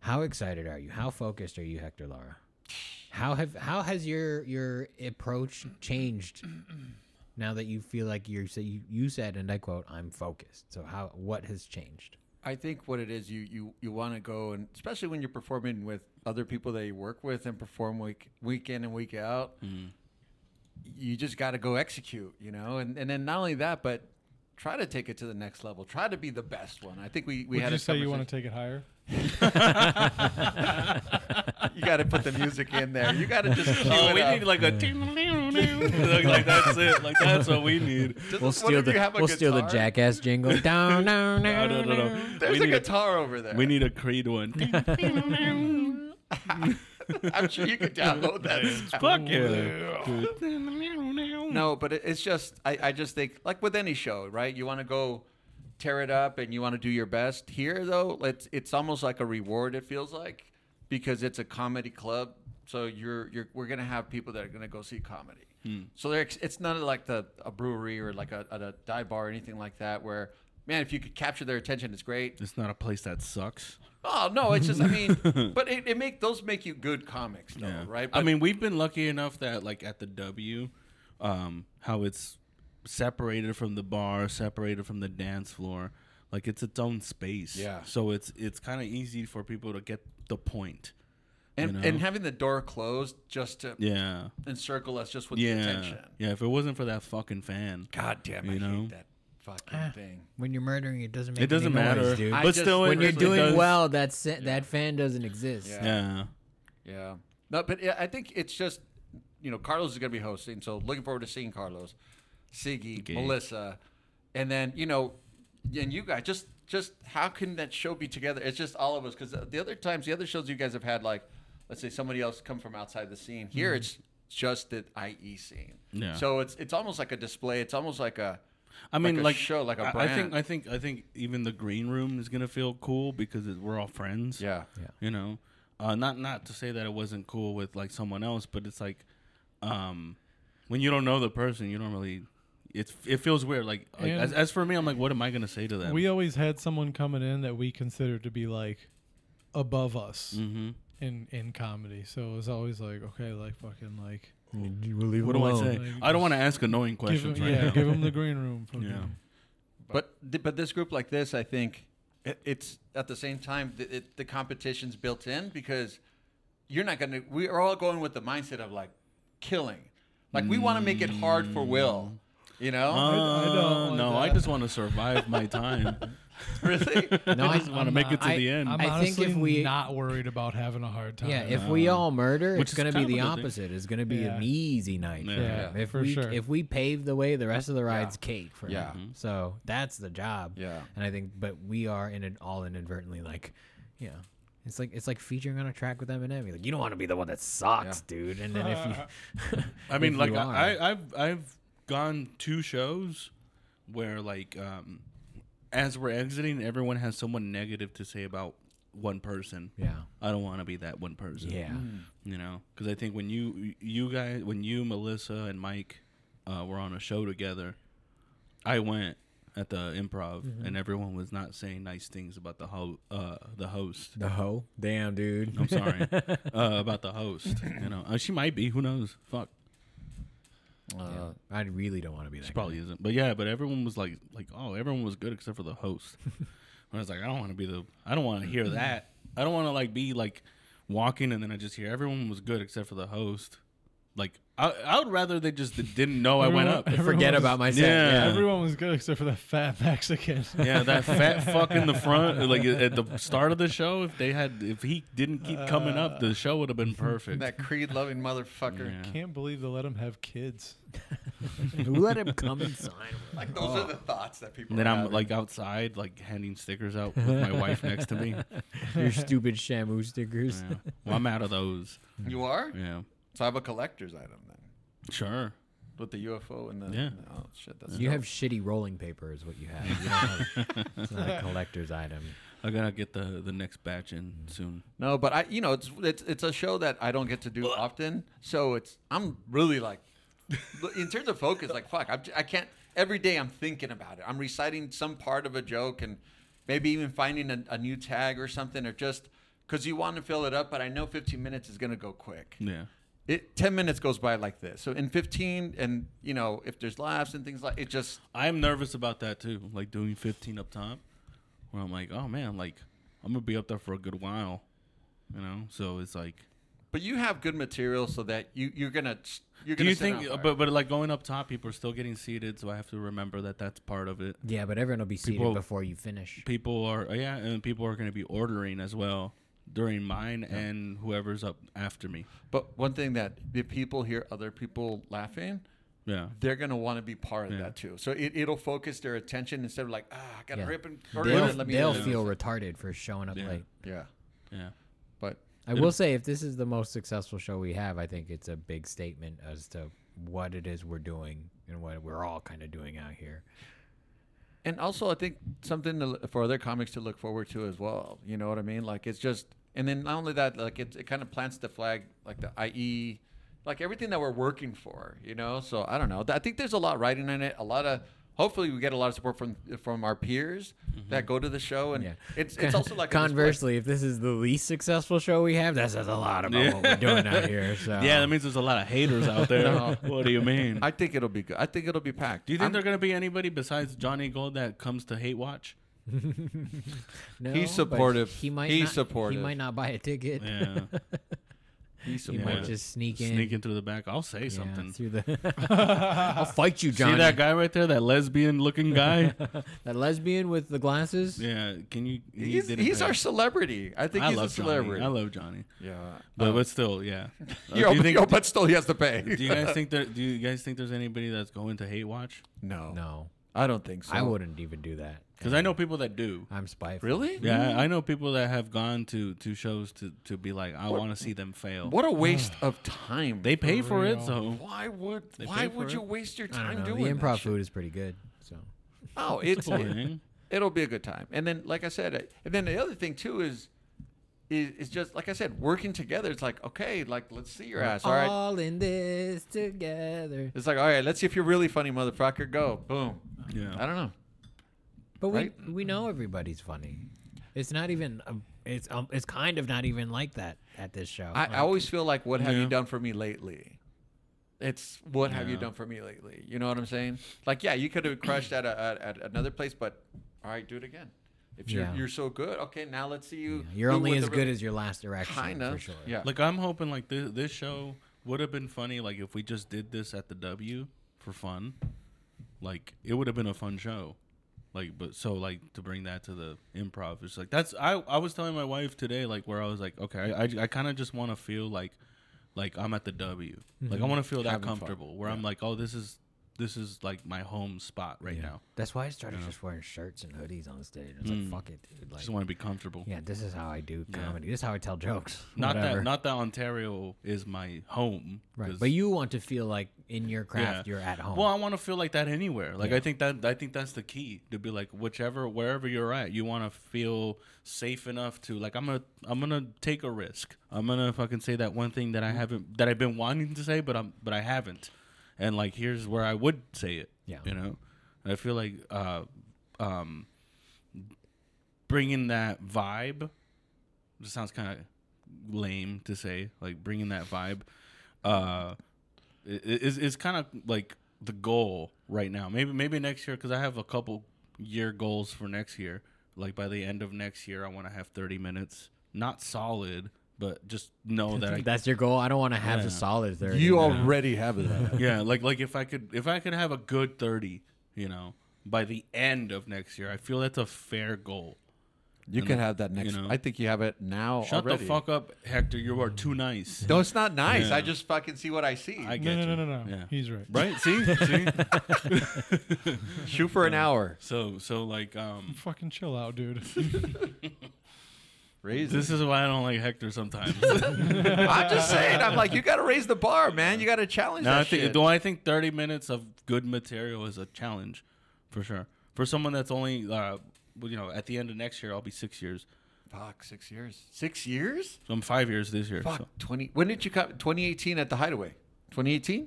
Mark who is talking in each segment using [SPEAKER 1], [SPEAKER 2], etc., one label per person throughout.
[SPEAKER 1] How excited are you? How focused are you, Hector Lara? How have how has your your approach changed now that you feel like you're so you, you said and I quote I'm focused. So how what has changed?
[SPEAKER 2] I think what it is, you you you want to go, and especially when you're performing with other people that you work with and perform week week in and week out,
[SPEAKER 3] Mm-hmm.
[SPEAKER 2] you just got to go execute, you know. And and then not only that, but try to take it to the next level. Try to be the best one. I think we we
[SPEAKER 4] Would
[SPEAKER 2] had
[SPEAKER 4] you
[SPEAKER 2] a
[SPEAKER 4] say
[SPEAKER 2] conversation-
[SPEAKER 4] you want to take it higher?
[SPEAKER 2] you got to put the music in there. You got to just. Cue
[SPEAKER 3] Oh,
[SPEAKER 2] it
[SPEAKER 3] we
[SPEAKER 2] up.
[SPEAKER 3] need like a like, like that's it. Like that's what we need.
[SPEAKER 2] Just-
[SPEAKER 1] We'll
[SPEAKER 2] what
[SPEAKER 1] steal
[SPEAKER 2] if
[SPEAKER 1] the
[SPEAKER 2] you have a
[SPEAKER 1] we'll steal the
[SPEAKER 2] guitar?
[SPEAKER 1] jackass jingle. no, no,
[SPEAKER 3] No,
[SPEAKER 1] no,
[SPEAKER 3] no, no, no.
[SPEAKER 2] There's
[SPEAKER 3] we
[SPEAKER 2] a
[SPEAKER 3] need
[SPEAKER 2] guitar over there.
[SPEAKER 3] we need a Creed one.
[SPEAKER 2] I'm sure you could download that.
[SPEAKER 3] Fuck yeah.
[SPEAKER 2] No, but it, it's just I, I just think like with any show, right? You want to go tear it up and you want to do your best. Here though, it's it's almost like a reward. It feels like because it's a comedy club, so you're you're we're gonna have people that are gonna go see comedy.
[SPEAKER 3] Hmm.
[SPEAKER 2] So they're, ex- it's not like the a brewery or like a, a, dive bar or anything like that where. Man, if you could capture their attention, it's great.
[SPEAKER 3] It's not a place that sucks.
[SPEAKER 2] Oh no, it's just I mean, but it, it make those make you good comics, though, right?
[SPEAKER 3] I
[SPEAKER 2] But-
[SPEAKER 3] mean, we've been lucky enough that like at the W, um, how it's separated from the bar, separated from the dance floor. Like it's its own space.
[SPEAKER 2] Yeah.
[SPEAKER 3] So it's it's kind of easy for people to get the point.
[SPEAKER 2] and,
[SPEAKER 3] you know?
[SPEAKER 2] and having the door closed just to
[SPEAKER 3] Yeah.
[SPEAKER 2] encircle us just with
[SPEAKER 3] Yeah.
[SPEAKER 2] the attention.
[SPEAKER 3] Yeah. If it wasn't for that fucking fan,
[SPEAKER 2] God damn,
[SPEAKER 3] You
[SPEAKER 2] I
[SPEAKER 3] know?
[SPEAKER 2] hate that fucking thing.
[SPEAKER 1] When you're murdering, it doesn't make
[SPEAKER 3] it doesn't
[SPEAKER 1] any noise,
[SPEAKER 3] matter.
[SPEAKER 1] dude.
[SPEAKER 2] I
[SPEAKER 3] but
[SPEAKER 2] just-
[SPEAKER 3] still,
[SPEAKER 2] When
[SPEAKER 3] it
[SPEAKER 1] when you're
[SPEAKER 3] really
[SPEAKER 1] doing
[SPEAKER 3] does-
[SPEAKER 1] well, that se- that fan doesn't exist.
[SPEAKER 2] Yeah.
[SPEAKER 3] Yeah.
[SPEAKER 2] Yeah, no, but yeah, I think it's just you know Carlos is going to be hosting, so looking forward to seeing Carlos, Siggy,
[SPEAKER 3] Okay.
[SPEAKER 2] Melissa, and then you know, and you guys just just how can that show be together? It's just all of us because the other times the other shows you guys have had like let's say somebody else come from outside the scene. Here it's just the IE scene.
[SPEAKER 3] Mm-hmm. Yeah.
[SPEAKER 2] So it's it's almost like a display. It's almost like a
[SPEAKER 3] I mean,
[SPEAKER 2] a
[SPEAKER 3] like,
[SPEAKER 2] show, like a
[SPEAKER 3] I- I think
[SPEAKER 2] brand.
[SPEAKER 3] I think I think even the green room is gonna feel cool because it, we're all friends.
[SPEAKER 2] yeah.
[SPEAKER 3] you know uh, not not to say that it wasn't cool with like someone else but it's like um when you don't know the person you don't really it's it feels weird like, like
[SPEAKER 4] And-
[SPEAKER 3] as, as for me i'm like what am i gonna say to them
[SPEAKER 4] We always had someone coming in that we considered to be like above us
[SPEAKER 3] Mm. Mm-hmm.
[SPEAKER 4] in in comedy. So it was always like, okay, like fucking like
[SPEAKER 1] You will leave
[SPEAKER 3] what
[SPEAKER 1] it
[SPEAKER 3] do i
[SPEAKER 1] alone.
[SPEAKER 3] say
[SPEAKER 4] Like,
[SPEAKER 3] i don't want to ask annoying
[SPEAKER 4] give
[SPEAKER 3] questions
[SPEAKER 4] him,
[SPEAKER 3] right
[SPEAKER 4] yeah,
[SPEAKER 3] now
[SPEAKER 4] give him the green room. Fucking.
[SPEAKER 3] yeah
[SPEAKER 2] But th- but this group like this, I think it, it's at the same time the, it, the competition's built in because you're not gonna. We are all going with the mindset of like killing, like we want to make it hard for Will. You know,
[SPEAKER 4] I don't
[SPEAKER 3] Uh,
[SPEAKER 4] want
[SPEAKER 3] no i
[SPEAKER 4] that.
[SPEAKER 3] just want to survive my time
[SPEAKER 2] really?
[SPEAKER 1] No, I
[SPEAKER 3] just wanna make it to the end.
[SPEAKER 4] I'm
[SPEAKER 1] I think
[SPEAKER 4] honestly
[SPEAKER 1] if we-
[SPEAKER 4] not worried about having a hard time.
[SPEAKER 1] Yeah, if we all murder, it's
[SPEAKER 3] Which is
[SPEAKER 1] going to be
[SPEAKER 3] kind of
[SPEAKER 1] the
[SPEAKER 3] a good thing.
[SPEAKER 1] opposite. It's going to be
[SPEAKER 4] Yeah.
[SPEAKER 1] an easy night.
[SPEAKER 3] Yeah.
[SPEAKER 1] for
[SPEAKER 4] Yeah,
[SPEAKER 1] him. if
[SPEAKER 4] for
[SPEAKER 1] we
[SPEAKER 4] sure.
[SPEAKER 1] if we pave the way, the rest of the ride's cake for
[SPEAKER 2] Yeah.
[SPEAKER 3] Mm-hmm.
[SPEAKER 1] him. So that's the job.
[SPEAKER 2] Yeah.
[SPEAKER 1] and I think, but we are in an all inadvertently like, yeah. It's like it's like featuring on a track with Eminem. You're like, you don't want to be the one that sucks, dude. And then if you,
[SPEAKER 3] I mean,
[SPEAKER 1] if
[SPEAKER 3] like
[SPEAKER 1] you are.
[SPEAKER 3] I, I, I've I've gone two shows where like um, as we're exiting, everyone has someone negative to say about one person.
[SPEAKER 1] Yeah.
[SPEAKER 3] I don't want to be that one person.
[SPEAKER 1] Yeah. Mm.
[SPEAKER 3] you know, because I think when you you guys when you Melissa and Mike uh, were on a show together, I went at the improv and everyone was not saying nice things about the ho- uh, the host.
[SPEAKER 1] the hoe, damn, dude.
[SPEAKER 3] I'm sorry uh, about the host. You know, uh, she might be. Who knows? Fuck.
[SPEAKER 1] Yeah. I really don't want to be that.
[SPEAKER 3] probably isn't. But yeah, but everyone was like, like, oh, everyone was good except for the host. and I was like, I don't want to be the, I don't want to hear that. I don't want to like be like walking and then I just hear everyone was good except for the host. Like, I, I would rather they just didn't know Oh, I went up.
[SPEAKER 4] Everyone-
[SPEAKER 1] guy. Forget
[SPEAKER 4] Everyone's-
[SPEAKER 1] about my
[SPEAKER 3] Yeah.
[SPEAKER 1] set.
[SPEAKER 4] Everyone was good except for the fat Mexican.
[SPEAKER 3] uh, Yeah, that fat fuck in the front, like at the start of the show. If they had, if he didn't keep coming up, the show would have been perfect.
[SPEAKER 2] that creed loving motherfucker.
[SPEAKER 3] Yeah.
[SPEAKER 4] Can't believe they let him have kids.
[SPEAKER 1] Who let him come and sign?
[SPEAKER 2] Like those are
[SPEAKER 1] Oh.
[SPEAKER 2] the thoughts that people.
[SPEAKER 3] And then
[SPEAKER 2] are
[SPEAKER 3] I'm
[SPEAKER 2] having.
[SPEAKER 3] like outside, like handing stickers out with my wife next to me.
[SPEAKER 1] Your stupid Shamu stickers.
[SPEAKER 3] Yeah. Well, I'm out of those.
[SPEAKER 2] you are.
[SPEAKER 3] Yeah,
[SPEAKER 2] So I have a collector's item then
[SPEAKER 3] sure.
[SPEAKER 2] with the UFO and the.
[SPEAKER 3] Yeah.
[SPEAKER 2] Oh shit, that's.
[SPEAKER 1] You
[SPEAKER 2] dope.
[SPEAKER 1] have shitty rolling paper, is what you have. You don't have it's not a collector's item.
[SPEAKER 3] I gotta get the the next batch in soon.
[SPEAKER 2] No, but I, you know, it's it's it's a show that I don't get to do often, so it's I'm really like, in terms of focus, like fuck, I'm, j- I can't. Every day I'm thinking about it. I'm reciting some part of a joke and maybe even finding a, a new tag or something, or just because you want to fill it up, but I know 15 minutes is going to go quick.
[SPEAKER 3] Yeah.
[SPEAKER 2] It 10 minutes goes by like this. So in 15, and you know, if there's laughs and things like it, just
[SPEAKER 3] I'm nervous about that too. Like doing 15 up top, where I'm like, oh man, like I'm gonna be up there for a good while, you know. So it's like,
[SPEAKER 2] but you have good material so that you you're gonna you're
[SPEAKER 3] do
[SPEAKER 2] gonna.
[SPEAKER 3] you
[SPEAKER 2] sit on
[SPEAKER 3] think? uh,
[SPEAKER 2] fire.
[SPEAKER 3] But but like going up top, people are still getting seated, so I have to remember that that's part of it.
[SPEAKER 1] Yeah, but everyone will be seated
[SPEAKER 3] People-
[SPEAKER 1] before you finish.
[SPEAKER 3] People are uh, yeah, and people are gonna be ordering as well during mine and whoever's up after me.
[SPEAKER 2] But one thing that if people hear other people laughing,
[SPEAKER 3] Yeah.
[SPEAKER 2] they're gonna want to be part of
[SPEAKER 3] Yeah.
[SPEAKER 2] that too. So it, it'll focus their attention instead of like, ah, I gotta
[SPEAKER 1] Yeah.
[SPEAKER 2] rip and hurry up
[SPEAKER 1] They'll,
[SPEAKER 2] and let me
[SPEAKER 1] they'll
[SPEAKER 2] in."
[SPEAKER 1] feel retarded for showing up
[SPEAKER 3] Yeah.
[SPEAKER 1] late.
[SPEAKER 2] Yeah,
[SPEAKER 3] Yeah.
[SPEAKER 2] but
[SPEAKER 1] I will say, if this is the most successful show we have, I think it's a big statement as to what it is we're doing and what we're all kind of doing out here.
[SPEAKER 2] and also I think something to, l- for other comics to look forward to as well. You know what I mean? Like it's just, and then not only that, like it it kind of plants the flag, like the IE, like everything that we're working for. You know, so I don't know. I think there's a lot riding in it. A lot of hopefully we get a lot of support from from our peers that go to the show, and
[SPEAKER 1] Mm-hmm. Yeah.
[SPEAKER 2] it's it's also like a display-
[SPEAKER 1] Conversely, if this is the least successful show we have, that says a lot about what we're doing out here. So
[SPEAKER 3] Yeah, that means there's a lot of haters out there.
[SPEAKER 2] No.
[SPEAKER 3] What do you mean?
[SPEAKER 2] I think it'll be good. I think it'll be packed.
[SPEAKER 3] do you think
[SPEAKER 2] I'm-
[SPEAKER 3] there gonna be anybody besides Johnny Gold that comes to hate watch?
[SPEAKER 1] No, but
[SPEAKER 2] He's supportive.
[SPEAKER 1] He might
[SPEAKER 2] He's
[SPEAKER 1] not,
[SPEAKER 2] supportive.
[SPEAKER 1] He might not buy a ticket.
[SPEAKER 3] Yeah.
[SPEAKER 2] He's
[SPEAKER 1] He
[SPEAKER 3] Yeah.
[SPEAKER 1] might just sneak in.
[SPEAKER 3] Sneaking through the back. I'll say
[SPEAKER 1] yeah,
[SPEAKER 3] something.
[SPEAKER 1] through the. I'll fight you, Johnny.
[SPEAKER 3] See that guy right there, that lesbian looking guy?
[SPEAKER 1] That lesbian with the glasses.
[SPEAKER 3] yeah. Can you? he
[SPEAKER 2] he's,
[SPEAKER 3] didn't
[SPEAKER 2] he's
[SPEAKER 3] pay.
[SPEAKER 2] our celebrity. I think
[SPEAKER 3] I
[SPEAKER 2] he's
[SPEAKER 3] love
[SPEAKER 2] a celebrity. Oh.
[SPEAKER 3] Johnny. I love Johnny.
[SPEAKER 2] yeah.
[SPEAKER 3] But but still, yeah. Uh,
[SPEAKER 2] Yo,
[SPEAKER 3] do you
[SPEAKER 2] but,
[SPEAKER 3] think?
[SPEAKER 2] yo, but still, he has to pay.
[SPEAKER 3] do you guys think there? Do you guys think there's anybody that's going to hate watch?
[SPEAKER 2] no,
[SPEAKER 1] No,
[SPEAKER 2] I don't think so.
[SPEAKER 1] I wouldn't even do that.
[SPEAKER 3] Because I know people that do.
[SPEAKER 1] I'm spiteful.
[SPEAKER 2] Really?
[SPEAKER 3] Yeah, I I know people that have gone to to shows to to be like, I want to see them fail.
[SPEAKER 2] What a waste of time.
[SPEAKER 3] They pay for it,
[SPEAKER 4] real.
[SPEAKER 3] so
[SPEAKER 2] Why would?
[SPEAKER 3] They
[SPEAKER 2] why
[SPEAKER 3] pay for
[SPEAKER 2] would
[SPEAKER 3] it.
[SPEAKER 2] you waste your
[SPEAKER 1] I
[SPEAKER 2] time
[SPEAKER 1] don't know.
[SPEAKER 2] doing
[SPEAKER 1] The improv
[SPEAKER 2] that shit?
[SPEAKER 1] food is pretty good. So
[SPEAKER 2] Oh, it's
[SPEAKER 3] Cool thing.
[SPEAKER 2] it'll be a good time. And then, like I said, I- and then the other thing too is. Is, is just like I said, working together. It's like okay, like let's see your ass. All right,
[SPEAKER 1] all in this together.
[SPEAKER 2] it's like all right. Let's see if you're really funny, motherfucker. Go, boom. I
[SPEAKER 3] yeah.
[SPEAKER 2] don't know.
[SPEAKER 1] But we
[SPEAKER 2] Right?
[SPEAKER 1] we know everybody's funny. It's not even. Um, it's um, it's kind of not even like that at this show.
[SPEAKER 2] I, I always feel like, what have you
[SPEAKER 3] Yeah.
[SPEAKER 2] done for me lately? It's what have you
[SPEAKER 3] Yeah.
[SPEAKER 2] done for me lately? You know what I'm saying? Like, yeah, you could have crushed at, a, at at another place, but all right, do it again. If you're
[SPEAKER 1] Yeah.
[SPEAKER 2] you're so good, okay, now let's see you.
[SPEAKER 1] You're
[SPEAKER 2] do
[SPEAKER 1] only as
[SPEAKER 2] with the
[SPEAKER 1] good
[SPEAKER 2] re-
[SPEAKER 1] as your last direction,
[SPEAKER 2] kinda.
[SPEAKER 1] for sure.
[SPEAKER 2] Yeah.
[SPEAKER 3] Like I'm hoping like this this show would have been funny like if we just did this at the W for fun. Like it would have been a fun show. Like but so like to bring that to the improv it's like that's I I was telling my wife today like where I was like okay I I, kind of just want to feel like like I'm at the W. Like
[SPEAKER 1] Mm-hmm.
[SPEAKER 3] I want to feel that
[SPEAKER 2] Having fun.
[SPEAKER 3] comfortable where I'm like oh this is this is like my home spot right now.
[SPEAKER 1] That's why I started just wearing shirts and hoodies on stage. It's
[SPEAKER 2] Hmm.
[SPEAKER 1] like fuck it, dude. Like,
[SPEAKER 3] Just want to be comfortable.
[SPEAKER 1] yeah, this is how I do comedy. This is how I tell jokes.
[SPEAKER 3] Not
[SPEAKER 1] Whatever.
[SPEAKER 3] that not that Ontario is my home.
[SPEAKER 1] right.
[SPEAKER 3] 'cause-
[SPEAKER 1] But you want to feel like in your craft, you're at home.
[SPEAKER 3] Well, I want to feel like that anywhere. Like I think that I think that's the key to be like whichever wherever you're at, you want to feel safe enough to like I'm gonna I'm gonna take a risk. I'm gonna fucking say that one thing that
[SPEAKER 1] Mm-hmm.
[SPEAKER 3] I haven't that I've been wanting to say, but I'm but I haven't. And like here's where I would say it.
[SPEAKER 1] Yeah.
[SPEAKER 3] you know, and I feel like uh, um, bringing that vibe. This sounds kind of lame to say, like bringing that vibe. Uh, i- i- is is kind of like the goal right now. Maybe maybe next year because I have a couple year goals for next year. Like by the end of next year, I want to have thirty minutes, not solid, but just know that I
[SPEAKER 1] That's your goal. I don't want to have the
[SPEAKER 3] Yeah.
[SPEAKER 1] solid thirty.
[SPEAKER 2] You already have that.
[SPEAKER 3] yeah like like if i could if i could have a good 30 you know by the end of next year i feel that's a fair goal
[SPEAKER 2] You could have that
[SPEAKER 3] You
[SPEAKER 2] next.
[SPEAKER 3] know.
[SPEAKER 2] I think you have it now.
[SPEAKER 3] shut
[SPEAKER 2] already.
[SPEAKER 3] the fuck up hector you are too nice
[SPEAKER 2] No, it's not nice.
[SPEAKER 3] Yeah.
[SPEAKER 2] I just fucking see what I see.
[SPEAKER 3] i get
[SPEAKER 4] No, no,
[SPEAKER 3] you.
[SPEAKER 4] no, no, no.
[SPEAKER 3] yeah
[SPEAKER 4] He's right.
[SPEAKER 3] right see see
[SPEAKER 2] Shoot for an hour.
[SPEAKER 3] so so like um
[SPEAKER 4] Fucking chill out, dude.
[SPEAKER 2] Raise.
[SPEAKER 3] this is why i don't like hector sometimes
[SPEAKER 2] it. I'm just saying. I'm like, you got to raise the bar, man. You got to challenge
[SPEAKER 3] now
[SPEAKER 2] that
[SPEAKER 3] i think
[SPEAKER 2] shit.
[SPEAKER 3] do i think 30 minutes of good material is a challenge for sure for someone that's only uh well, you know at the end of next year i'll be six years
[SPEAKER 2] Fuck, six years. Six years?
[SPEAKER 3] so i'm five years this year
[SPEAKER 2] Fuck,
[SPEAKER 3] so
[SPEAKER 2] 20. When did you come? 2018 at the Hideaway. 2018?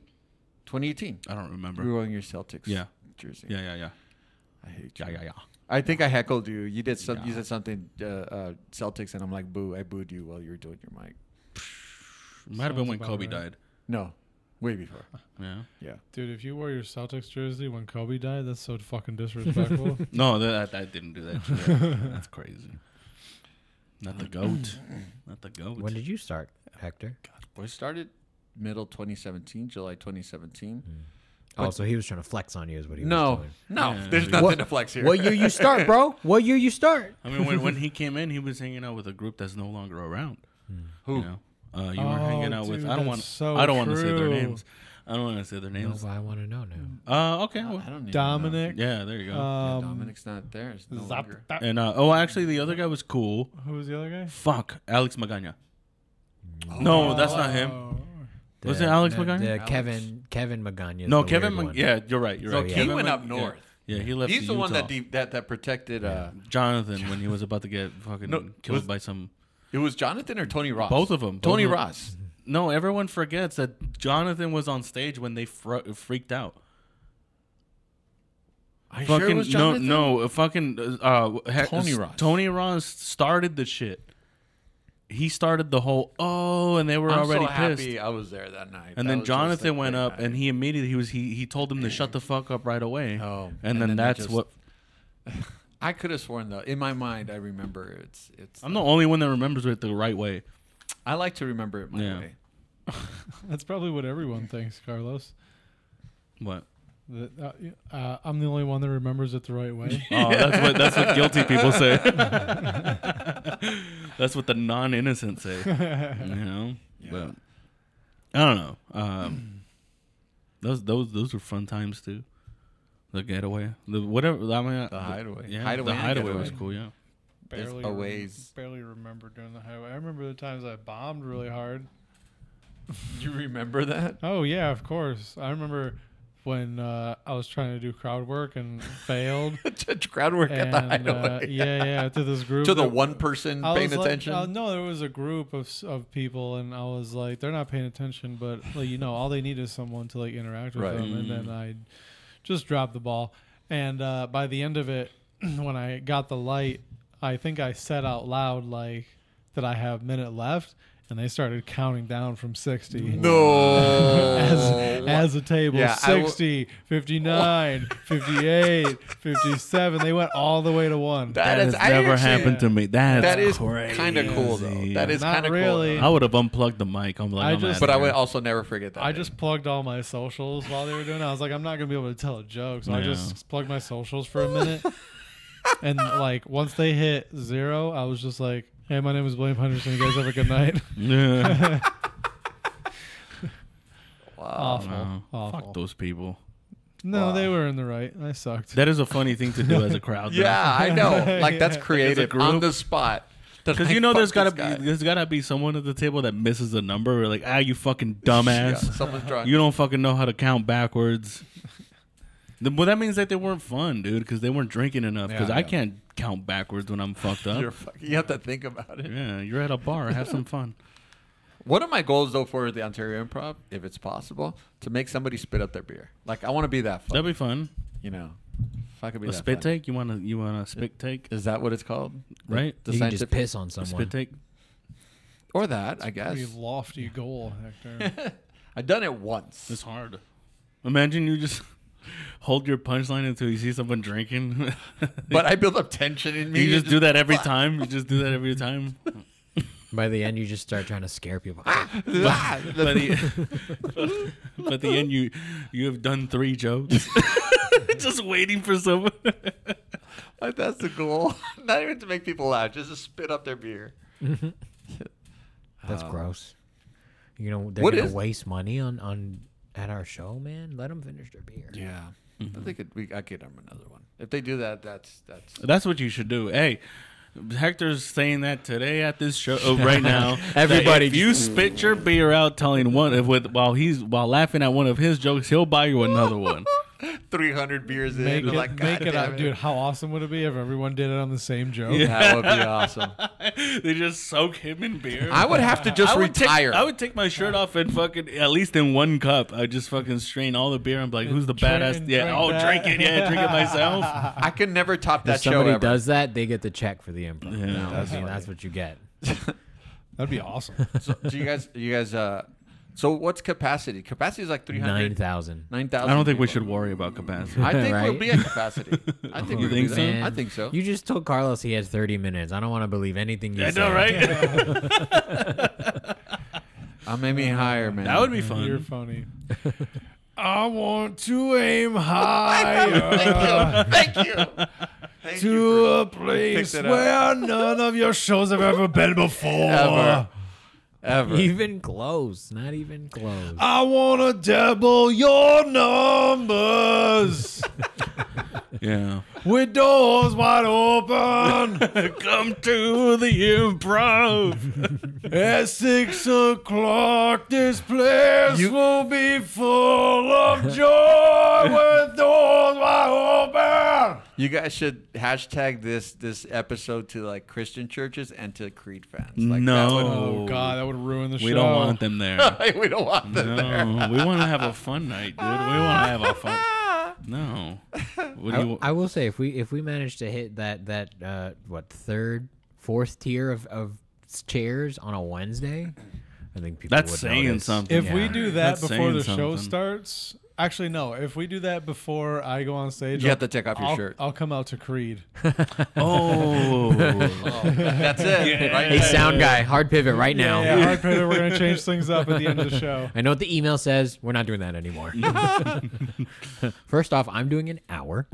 [SPEAKER 2] 2018.
[SPEAKER 3] i don't remember
[SPEAKER 2] You were wearing your Celtics
[SPEAKER 3] Yeah.
[SPEAKER 2] jersey.
[SPEAKER 3] yeah yeah yeah
[SPEAKER 2] I hate you.
[SPEAKER 3] yeah yeah yeah
[SPEAKER 2] I think I heckled you. You did some, you
[SPEAKER 3] Nah.
[SPEAKER 2] said something uh, uh, Celtics, and I'm like, boo! I booed you while you were doing your mic.
[SPEAKER 3] Might have been
[SPEAKER 4] Sounds
[SPEAKER 3] when
[SPEAKER 4] about
[SPEAKER 3] Kobe
[SPEAKER 4] right.
[SPEAKER 3] died.
[SPEAKER 2] No, way before.
[SPEAKER 3] Yeah.
[SPEAKER 2] Yeah.
[SPEAKER 4] Dude, if you wore your Celtics jersey when Kobe died, that's so fucking disrespectful.
[SPEAKER 3] No, that I didn't do that. shit. That's crazy. Not the goat. Not the goat.
[SPEAKER 1] When did you start, Hector?
[SPEAKER 2] We started middle 2017, July 2017.
[SPEAKER 1] Oh, so he was trying to flex on you, is what he was
[SPEAKER 2] No,
[SPEAKER 1] doing.
[SPEAKER 2] no,
[SPEAKER 3] Yeah.
[SPEAKER 2] there's nothing to flex here.
[SPEAKER 1] What year you start, bro? What year you start?
[SPEAKER 3] I mean, when, when he came in, he was hanging out with a group that's no longer around.
[SPEAKER 2] Who?
[SPEAKER 3] You, know? uh, you were hanging
[SPEAKER 4] Hmm. Oh,
[SPEAKER 3] out with.
[SPEAKER 4] dude,
[SPEAKER 3] I don't
[SPEAKER 4] that's
[SPEAKER 3] want.
[SPEAKER 4] so
[SPEAKER 3] I don't want to say their
[SPEAKER 4] true.
[SPEAKER 3] names. I don't want to say their
[SPEAKER 1] No,
[SPEAKER 3] names.
[SPEAKER 1] but I want to know now.
[SPEAKER 3] Uh, okay. well,
[SPEAKER 2] I don't even
[SPEAKER 4] Dominic.
[SPEAKER 3] yeah, there you go.
[SPEAKER 2] know. Yeah,
[SPEAKER 4] Um,
[SPEAKER 2] Dominic's not there. It's no longer.
[SPEAKER 4] Zapata.
[SPEAKER 3] and uh, oh, actually, the other guy was cool.
[SPEAKER 4] Who was the other guy?
[SPEAKER 3] Fuck, Alex Magana. No, that's not him.
[SPEAKER 4] Mm. Oh.
[SPEAKER 3] Was it Alex
[SPEAKER 1] the-
[SPEAKER 3] Magana?
[SPEAKER 1] the
[SPEAKER 2] Alex.
[SPEAKER 1] Kevin Kevin Magana.
[SPEAKER 3] No, Kevin. Mag- yeah, you're right. You're
[SPEAKER 2] No,
[SPEAKER 3] right.
[SPEAKER 2] he
[SPEAKER 3] Kevin
[SPEAKER 2] went
[SPEAKER 3] Mag-
[SPEAKER 2] up north.
[SPEAKER 3] Yeah, yeah he left.
[SPEAKER 2] He's the one that
[SPEAKER 3] Utah.
[SPEAKER 2] de- that that protected. Uh,
[SPEAKER 3] Jonathan when he was about to get fucking
[SPEAKER 2] No,
[SPEAKER 3] killed
[SPEAKER 2] was-
[SPEAKER 3] by some.
[SPEAKER 2] it was Jonathan or Tony Ross.
[SPEAKER 3] Both of 'em, both
[SPEAKER 2] Tony
[SPEAKER 3] of 'em.
[SPEAKER 2] Ross.
[SPEAKER 3] No, everyone forgets that Jonathan was on stage when they fr- freaked out.
[SPEAKER 2] I
[SPEAKER 3] fucking
[SPEAKER 2] sure it was
[SPEAKER 3] no,
[SPEAKER 2] Jonathan.
[SPEAKER 3] no, uh, fucking uh, uh, heck,
[SPEAKER 2] Tony
[SPEAKER 3] s-
[SPEAKER 2] Ross.
[SPEAKER 3] Tony Ross started the shit. He started the whole oh, and they were
[SPEAKER 2] I'm
[SPEAKER 3] already
[SPEAKER 2] so happy
[SPEAKER 3] pissed.
[SPEAKER 2] I was there that night.
[SPEAKER 3] And
[SPEAKER 2] That
[SPEAKER 3] then
[SPEAKER 2] was just, like,
[SPEAKER 3] Jonathan went
[SPEAKER 2] great
[SPEAKER 3] up,
[SPEAKER 2] night.
[SPEAKER 3] and he immediately he was he he told them to shut the fuck up right away.
[SPEAKER 2] Oh,
[SPEAKER 3] and,
[SPEAKER 2] and
[SPEAKER 3] then,
[SPEAKER 2] then they
[SPEAKER 3] that's
[SPEAKER 2] just-
[SPEAKER 3] what
[SPEAKER 2] I could have sworn though. In my mind, I remember it's it's.
[SPEAKER 3] I'm the only one that remembers it the right way.
[SPEAKER 2] I like to remember it my
[SPEAKER 3] Yeah.
[SPEAKER 2] way.
[SPEAKER 4] That's probably what everyone thinks, Carlos.
[SPEAKER 3] What?
[SPEAKER 4] That, uh, y- uh, I'm the only one that remembers it the right way.
[SPEAKER 3] Oh, that's what that's what guilty people say. that's what the non-innocent say. You know, but I don't know. Um, those those those were fun times too. The getaway, the whatever. I mean, the,
[SPEAKER 2] hideaway.
[SPEAKER 3] Yeah,
[SPEAKER 2] Hideaway
[SPEAKER 3] the
[SPEAKER 2] and
[SPEAKER 3] hideaway was
[SPEAKER 2] getaway.
[SPEAKER 3] cool. Yeah.
[SPEAKER 2] There's
[SPEAKER 4] barely
[SPEAKER 2] a
[SPEAKER 4] rem-
[SPEAKER 2] ways.
[SPEAKER 4] barely remember doing the highway. I remember the times I bombed really hard.
[SPEAKER 2] You remember that?
[SPEAKER 4] Oh yeah, of course. I remember when uh, I was trying to do crowd work and failed.
[SPEAKER 2] Judge crowd work at
[SPEAKER 4] and
[SPEAKER 2] the
[SPEAKER 4] uh,
[SPEAKER 2] hideaway.
[SPEAKER 4] yeah, yeah, to this group
[SPEAKER 2] to the
[SPEAKER 4] that-
[SPEAKER 2] one person
[SPEAKER 4] I
[SPEAKER 2] paying
[SPEAKER 4] was like-
[SPEAKER 2] attention.
[SPEAKER 4] uh, no, there was a group of s- of people, and I was like, they're not paying attention, but like you know, all they need is someone to like interact with
[SPEAKER 2] Right. Mm.
[SPEAKER 4] them, and then I just dropped the ball. And uh, by the end of it, when I got the light, I think I said out loud like that I have a minute left, and they started counting down from sixty.
[SPEAKER 2] no.
[SPEAKER 4] As, as a table,
[SPEAKER 2] Yeah, I will-
[SPEAKER 4] 60, 59, 58, 57. They went all the way to one.
[SPEAKER 3] That has
[SPEAKER 2] I
[SPEAKER 3] never
[SPEAKER 2] actually-
[SPEAKER 3] happened to me. That's
[SPEAKER 2] That is
[SPEAKER 3] crazy.
[SPEAKER 2] kind of cool though. That is
[SPEAKER 4] Not
[SPEAKER 2] kind of
[SPEAKER 4] really.
[SPEAKER 2] cool.
[SPEAKER 3] I would have unplugged the mic. I'm like,
[SPEAKER 4] I
[SPEAKER 3] I'm
[SPEAKER 4] just-
[SPEAKER 3] outta
[SPEAKER 2] though. But I
[SPEAKER 3] here.
[SPEAKER 2] would also never forget that.
[SPEAKER 4] I
[SPEAKER 2] day.
[SPEAKER 4] just plugged all my socials while they were doing it. I was like, I'm not gonna be able to tell a joke, so I
[SPEAKER 3] No.
[SPEAKER 4] just plugged my socials for a minute. and like once they hit zero, I was just like, Hey, my name is William Henderson. You guys have a good night.
[SPEAKER 3] Yeah.
[SPEAKER 2] wow.
[SPEAKER 4] awful,
[SPEAKER 3] Wow.
[SPEAKER 4] awful.
[SPEAKER 3] Fuck those people.
[SPEAKER 4] No,
[SPEAKER 2] Wow.
[SPEAKER 4] they were in the right. I sucked.
[SPEAKER 3] That is a funny thing to do as a crowd. though.
[SPEAKER 2] Yeah, I know. Like that's
[SPEAKER 4] As a
[SPEAKER 2] creative on
[SPEAKER 3] group.
[SPEAKER 2] the spot.
[SPEAKER 3] Because you know there's gotta be there's gotta be someone at the table that misses a number. Or like, ah, you fucking dumbass.
[SPEAKER 2] someone's drunk.
[SPEAKER 3] You don't fucking know how to count backwards. Then- Well, that means that they weren't fun, dude, because they weren't drinking enough. Because
[SPEAKER 2] Yeah,
[SPEAKER 3] I
[SPEAKER 2] yeah.
[SPEAKER 3] can't count backwards when I'm fucked up.
[SPEAKER 2] You're fuck- you have to think about it.
[SPEAKER 3] yeah, you're at a bar. Have some fun.
[SPEAKER 2] One of my goals though for the Ontario Improv, if it's possible, to make somebody spit up their beer. Like I want to be that fun.
[SPEAKER 3] That'd be fun.
[SPEAKER 2] you know, if I could be
[SPEAKER 3] A
[SPEAKER 2] that
[SPEAKER 3] spit
[SPEAKER 2] fun.
[SPEAKER 3] take? You want to? You want a spit take?
[SPEAKER 2] Is that what it's called?
[SPEAKER 3] Right?
[SPEAKER 2] The
[SPEAKER 1] you can just
[SPEAKER 2] scientific
[SPEAKER 1] piss on
[SPEAKER 3] A
[SPEAKER 1] someone.
[SPEAKER 3] spit take?
[SPEAKER 2] or that I guess.
[SPEAKER 4] Pretty lofty goal, Hector.
[SPEAKER 2] I've done it once.
[SPEAKER 3] It's hard. Imagine you just hold your punchline until you see someone drinking.
[SPEAKER 2] but I build up tension in me.
[SPEAKER 3] you just do that every time. You just do that every time.
[SPEAKER 1] By the end, you just start trying to scare people.
[SPEAKER 2] Ah, the-
[SPEAKER 3] but, the, but at the end, you you have done three jokes, just waiting for someone.
[SPEAKER 2] like, that's the goal. Not even to make people laugh, just to spit up their beer.
[SPEAKER 1] That's gross. You know they're
[SPEAKER 2] Um, What
[SPEAKER 1] gonna
[SPEAKER 2] is-
[SPEAKER 1] waste money on on at our show, man. Let them finish their beer.
[SPEAKER 2] Yeah, I think it, we, I could arm another one. If they do that, that's that's.
[SPEAKER 3] That's what you should do. Hey. Hector's saying that today at this show oh, right now. that
[SPEAKER 1] Everybody
[SPEAKER 3] if you spit your beer out, telling one of with while he's while laughing at one of his jokes, he'll buy you another one.
[SPEAKER 2] 300 beers in.
[SPEAKER 4] Make
[SPEAKER 2] They're
[SPEAKER 4] it,
[SPEAKER 2] like,
[SPEAKER 4] make
[SPEAKER 2] "God
[SPEAKER 4] it
[SPEAKER 2] damn
[SPEAKER 4] up, dude. How awesome would it be if everyone did it on the same joke?
[SPEAKER 2] That would be awesome.
[SPEAKER 3] they just soak him in beer.
[SPEAKER 2] I would have to just
[SPEAKER 3] I would take-
[SPEAKER 2] retire.
[SPEAKER 3] I would take my shirt off and fucking at least in one cup. I just fucking strain all the beer. I'm like, who's the
[SPEAKER 4] Drink-
[SPEAKER 3] badass? Yeah,
[SPEAKER 4] drink
[SPEAKER 3] oh,
[SPEAKER 4] that.
[SPEAKER 3] drink it. Yeah, drink it myself.
[SPEAKER 2] I can never top that
[SPEAKER 1] if
[SPEAKER 2] show
[SPEAKER 1] somebody
[SPEAKER 2] ever.
[SPEAKER 1] does that, they get the check for the improv.
[SPEAKER 3] Yeah,
[SPEAKER 1] You know,
[SPEAKER 3] that's
[SPEAKER 1] I mean, that's what you get.
[SPEAKER 4] That'd be awesome.
[SPEAKER 2] So, do you guys? You guys? Uh, so what's capacity? Capacity is like 300.
[SPEAKER 1] Nine thousand.
[SPEAKER 2] 9,000
[SPEAKER 3] I don't think we
[SPEAKER 2] people.
[SPEAKER 3] should worry about capacity.
[SPEAKER 2] I think we'll
[SPEAKER 1] Right?
[SPEAKER 2] be at capacity. I think
[SPEAKER 3] You
[SPEAKER 2] we'll be
[SPEAKER 3] think so?
[SPEAKER 2] there. I think so.
[SPEAKER 1] You just told Carlos he has thirty minutes. I don't want to believe anything you
[SPEAKER 3] I
[SPEAKER 1] said.
[SPEAKER 3] know, right?
[SPEAKER 2] I may be higher, man.
[SPEAKER 3] that would be fun.
[SPEAKER 4] You're funny. I want to aim higher
[SPEAKER 2] Thank you. Thank
[SPEAKER 4] to
[SPEAKER 2] you
[SPEAKER 4] a place
[SPEAKER 2] it up.
[SPEAKER 4] where none of your shows have ever been before.
[SPEAKER 2] Ever. for ever.
[SPEAKER 1] Even close. Not even close.
[SPEAKER 3] Uh,
[SPEAKER 4] I want to double your numbers
[SPEAKER 3] Yeah.
[SPEAKER 4] with doors wide open
[SPEAKER 3] Come to the improv.
[SPEAKER 4] at six o'clock. This place will be full of joy with doors wide open.
[SPEAKER 2] You guys should hashtag this this episode to like Christian churches and to Creed fans. Like
[SPEAKER 3] No.
[SPEAKER 4] Oh God, that would ruin the show.
[SPEAKER 3] We don't want them there.
[SPEAKER 2] that would, we don't want them there.
[SPEAKER 3] No, we want to have a fun night, dude. We want to have a fun.
[SPEAKER 2] Ah.
[SPEAKER 3] No, what do you?
[SPEAKER 1] I will say if we if we manage to hit that that uh, what third fourth tier of, of s- chairs on a Wednesday, I think people
[SPEAKER 3] That's
[SPEAKER 1] would
[SPEAKER 3] saying
[SPEAKER 1] notice.
[SPEAKER 3] something.
[SPEAKER 4] If we
[SPEAKER 1] Yeah.
[SPEAKER 4] do that
[SPEAKER 3] That's
[SPEAKER 4] before the
[SPEAKER 3] saying
[SPEAKER 4] show
[SPEAKER 3] something.
[SPEAKER 4] starts, actually no. If we do that before I go on stage,
[SPEAKER 2] You have to
[SPEAKER 4] I'll-
[SPEAKER 2] take off your
[SPEAKER 4] I'll,
[SPEAKER 2] shirt.
[SPEAKER 4] I'll come out to Creed.
[SPEAKER 3] oh,
[SPEAKER 2] That's it. Right?
[SPEAKER 1] Hey, sound guy, hard pivot right now.
[SPEAKER 4] Yeah, hard pivot. We're gonna change things up at the end of the show.
[SPEAKER 1] I know what the email says. We're not doing that anymore. First off, I'm doing an hour,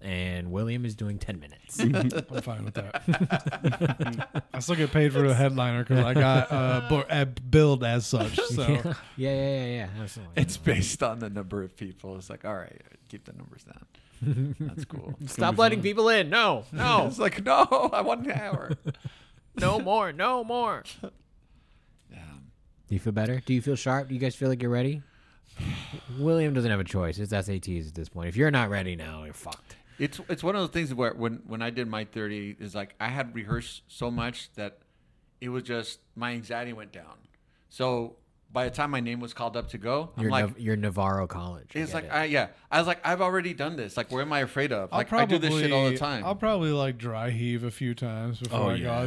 [SPEAKER 1] and William is doing ten minutes.
[SPEAKER 4] I'm fine with that. I still get paid for the headliner because I got uh, bo- uh, billed as such. So
[SPEAKER 1] yeah, yeah, yeah, yeah. Absolutely.
[SPEAKER 2] It's based on the number of people. It's like, all right, keep the numbers down. That's cool.
[SPEAKER 1] Stop letting people in. No, no,
[SPEAKER 2] It's like, no, I want an hour.
[SPEAKER 1] no more, no more. Do you feel better? Do you feel sharp? Do you guys feel like you're ready? William doesn't have a choice. It's SATs at this point. If you're not ready now, you're fucked.
[SPEAKER 2] It's it's one of those things where when when I did my thirty is like I had rehearsed so much that it was just my anxiety went down. So by the time my name was called up to go, I'm
[SPEAKER 1] You're,
[SPEAKER 2] like.
[SPEAKER 1] Nav- you're Navarro College. I
[SPEAKER 2] it's
[SPEAKER 1] get
[SPEAKER 2] like
[SPEAKER 1] it.
[SPEAKER 2] I yeah. I was like, I've already done this. Like, what am I afraid of?
[SPEAKER 4] I'll
[SPEAKER 2] Like, I do this shit all the time.
[SPEAKER 4] I'll probably like dry heave a few times before
[SPEAKER 3] oh
[SPEAKER 4] I
[SPEAKER 3] yeah.
[SPEAKER 4] go. out.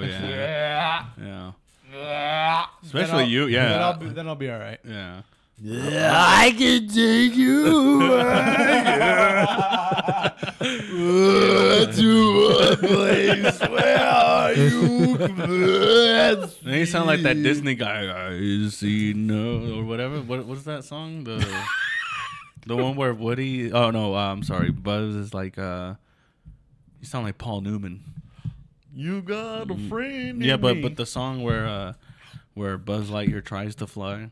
[SPEAKER 3] yeah. yeah.
[SPEAKER 4] Then
[SPEAKER 3] Especially
[SPEAKER 4] I'll-
[SPEAKER 3] you,
[SPEAKER 4] Then I'll,
[SPEAKER 3] yeah.
[SPEAKER 4] be, then I'll be all right.
[SPEAKER 3] Yeah.
[SPEAKER 1] I can take you uh."
[SPEAKER 4] to a place where you could
[SPEAKER 3] And you sound like that Disney guy. I see no or whatever. What what's that song? The the one where Woody. Oh no, uh, I'm sorry. Buzz is like. uh You sound like Paul Newman.
[SPEAKER 2] you got a
[SPEAKER 1] Mm.
[SPEAKER 2] friend.
[SPEAKER 3] Yeah, but but the song where uh where Buzz Lightyear tries to fly.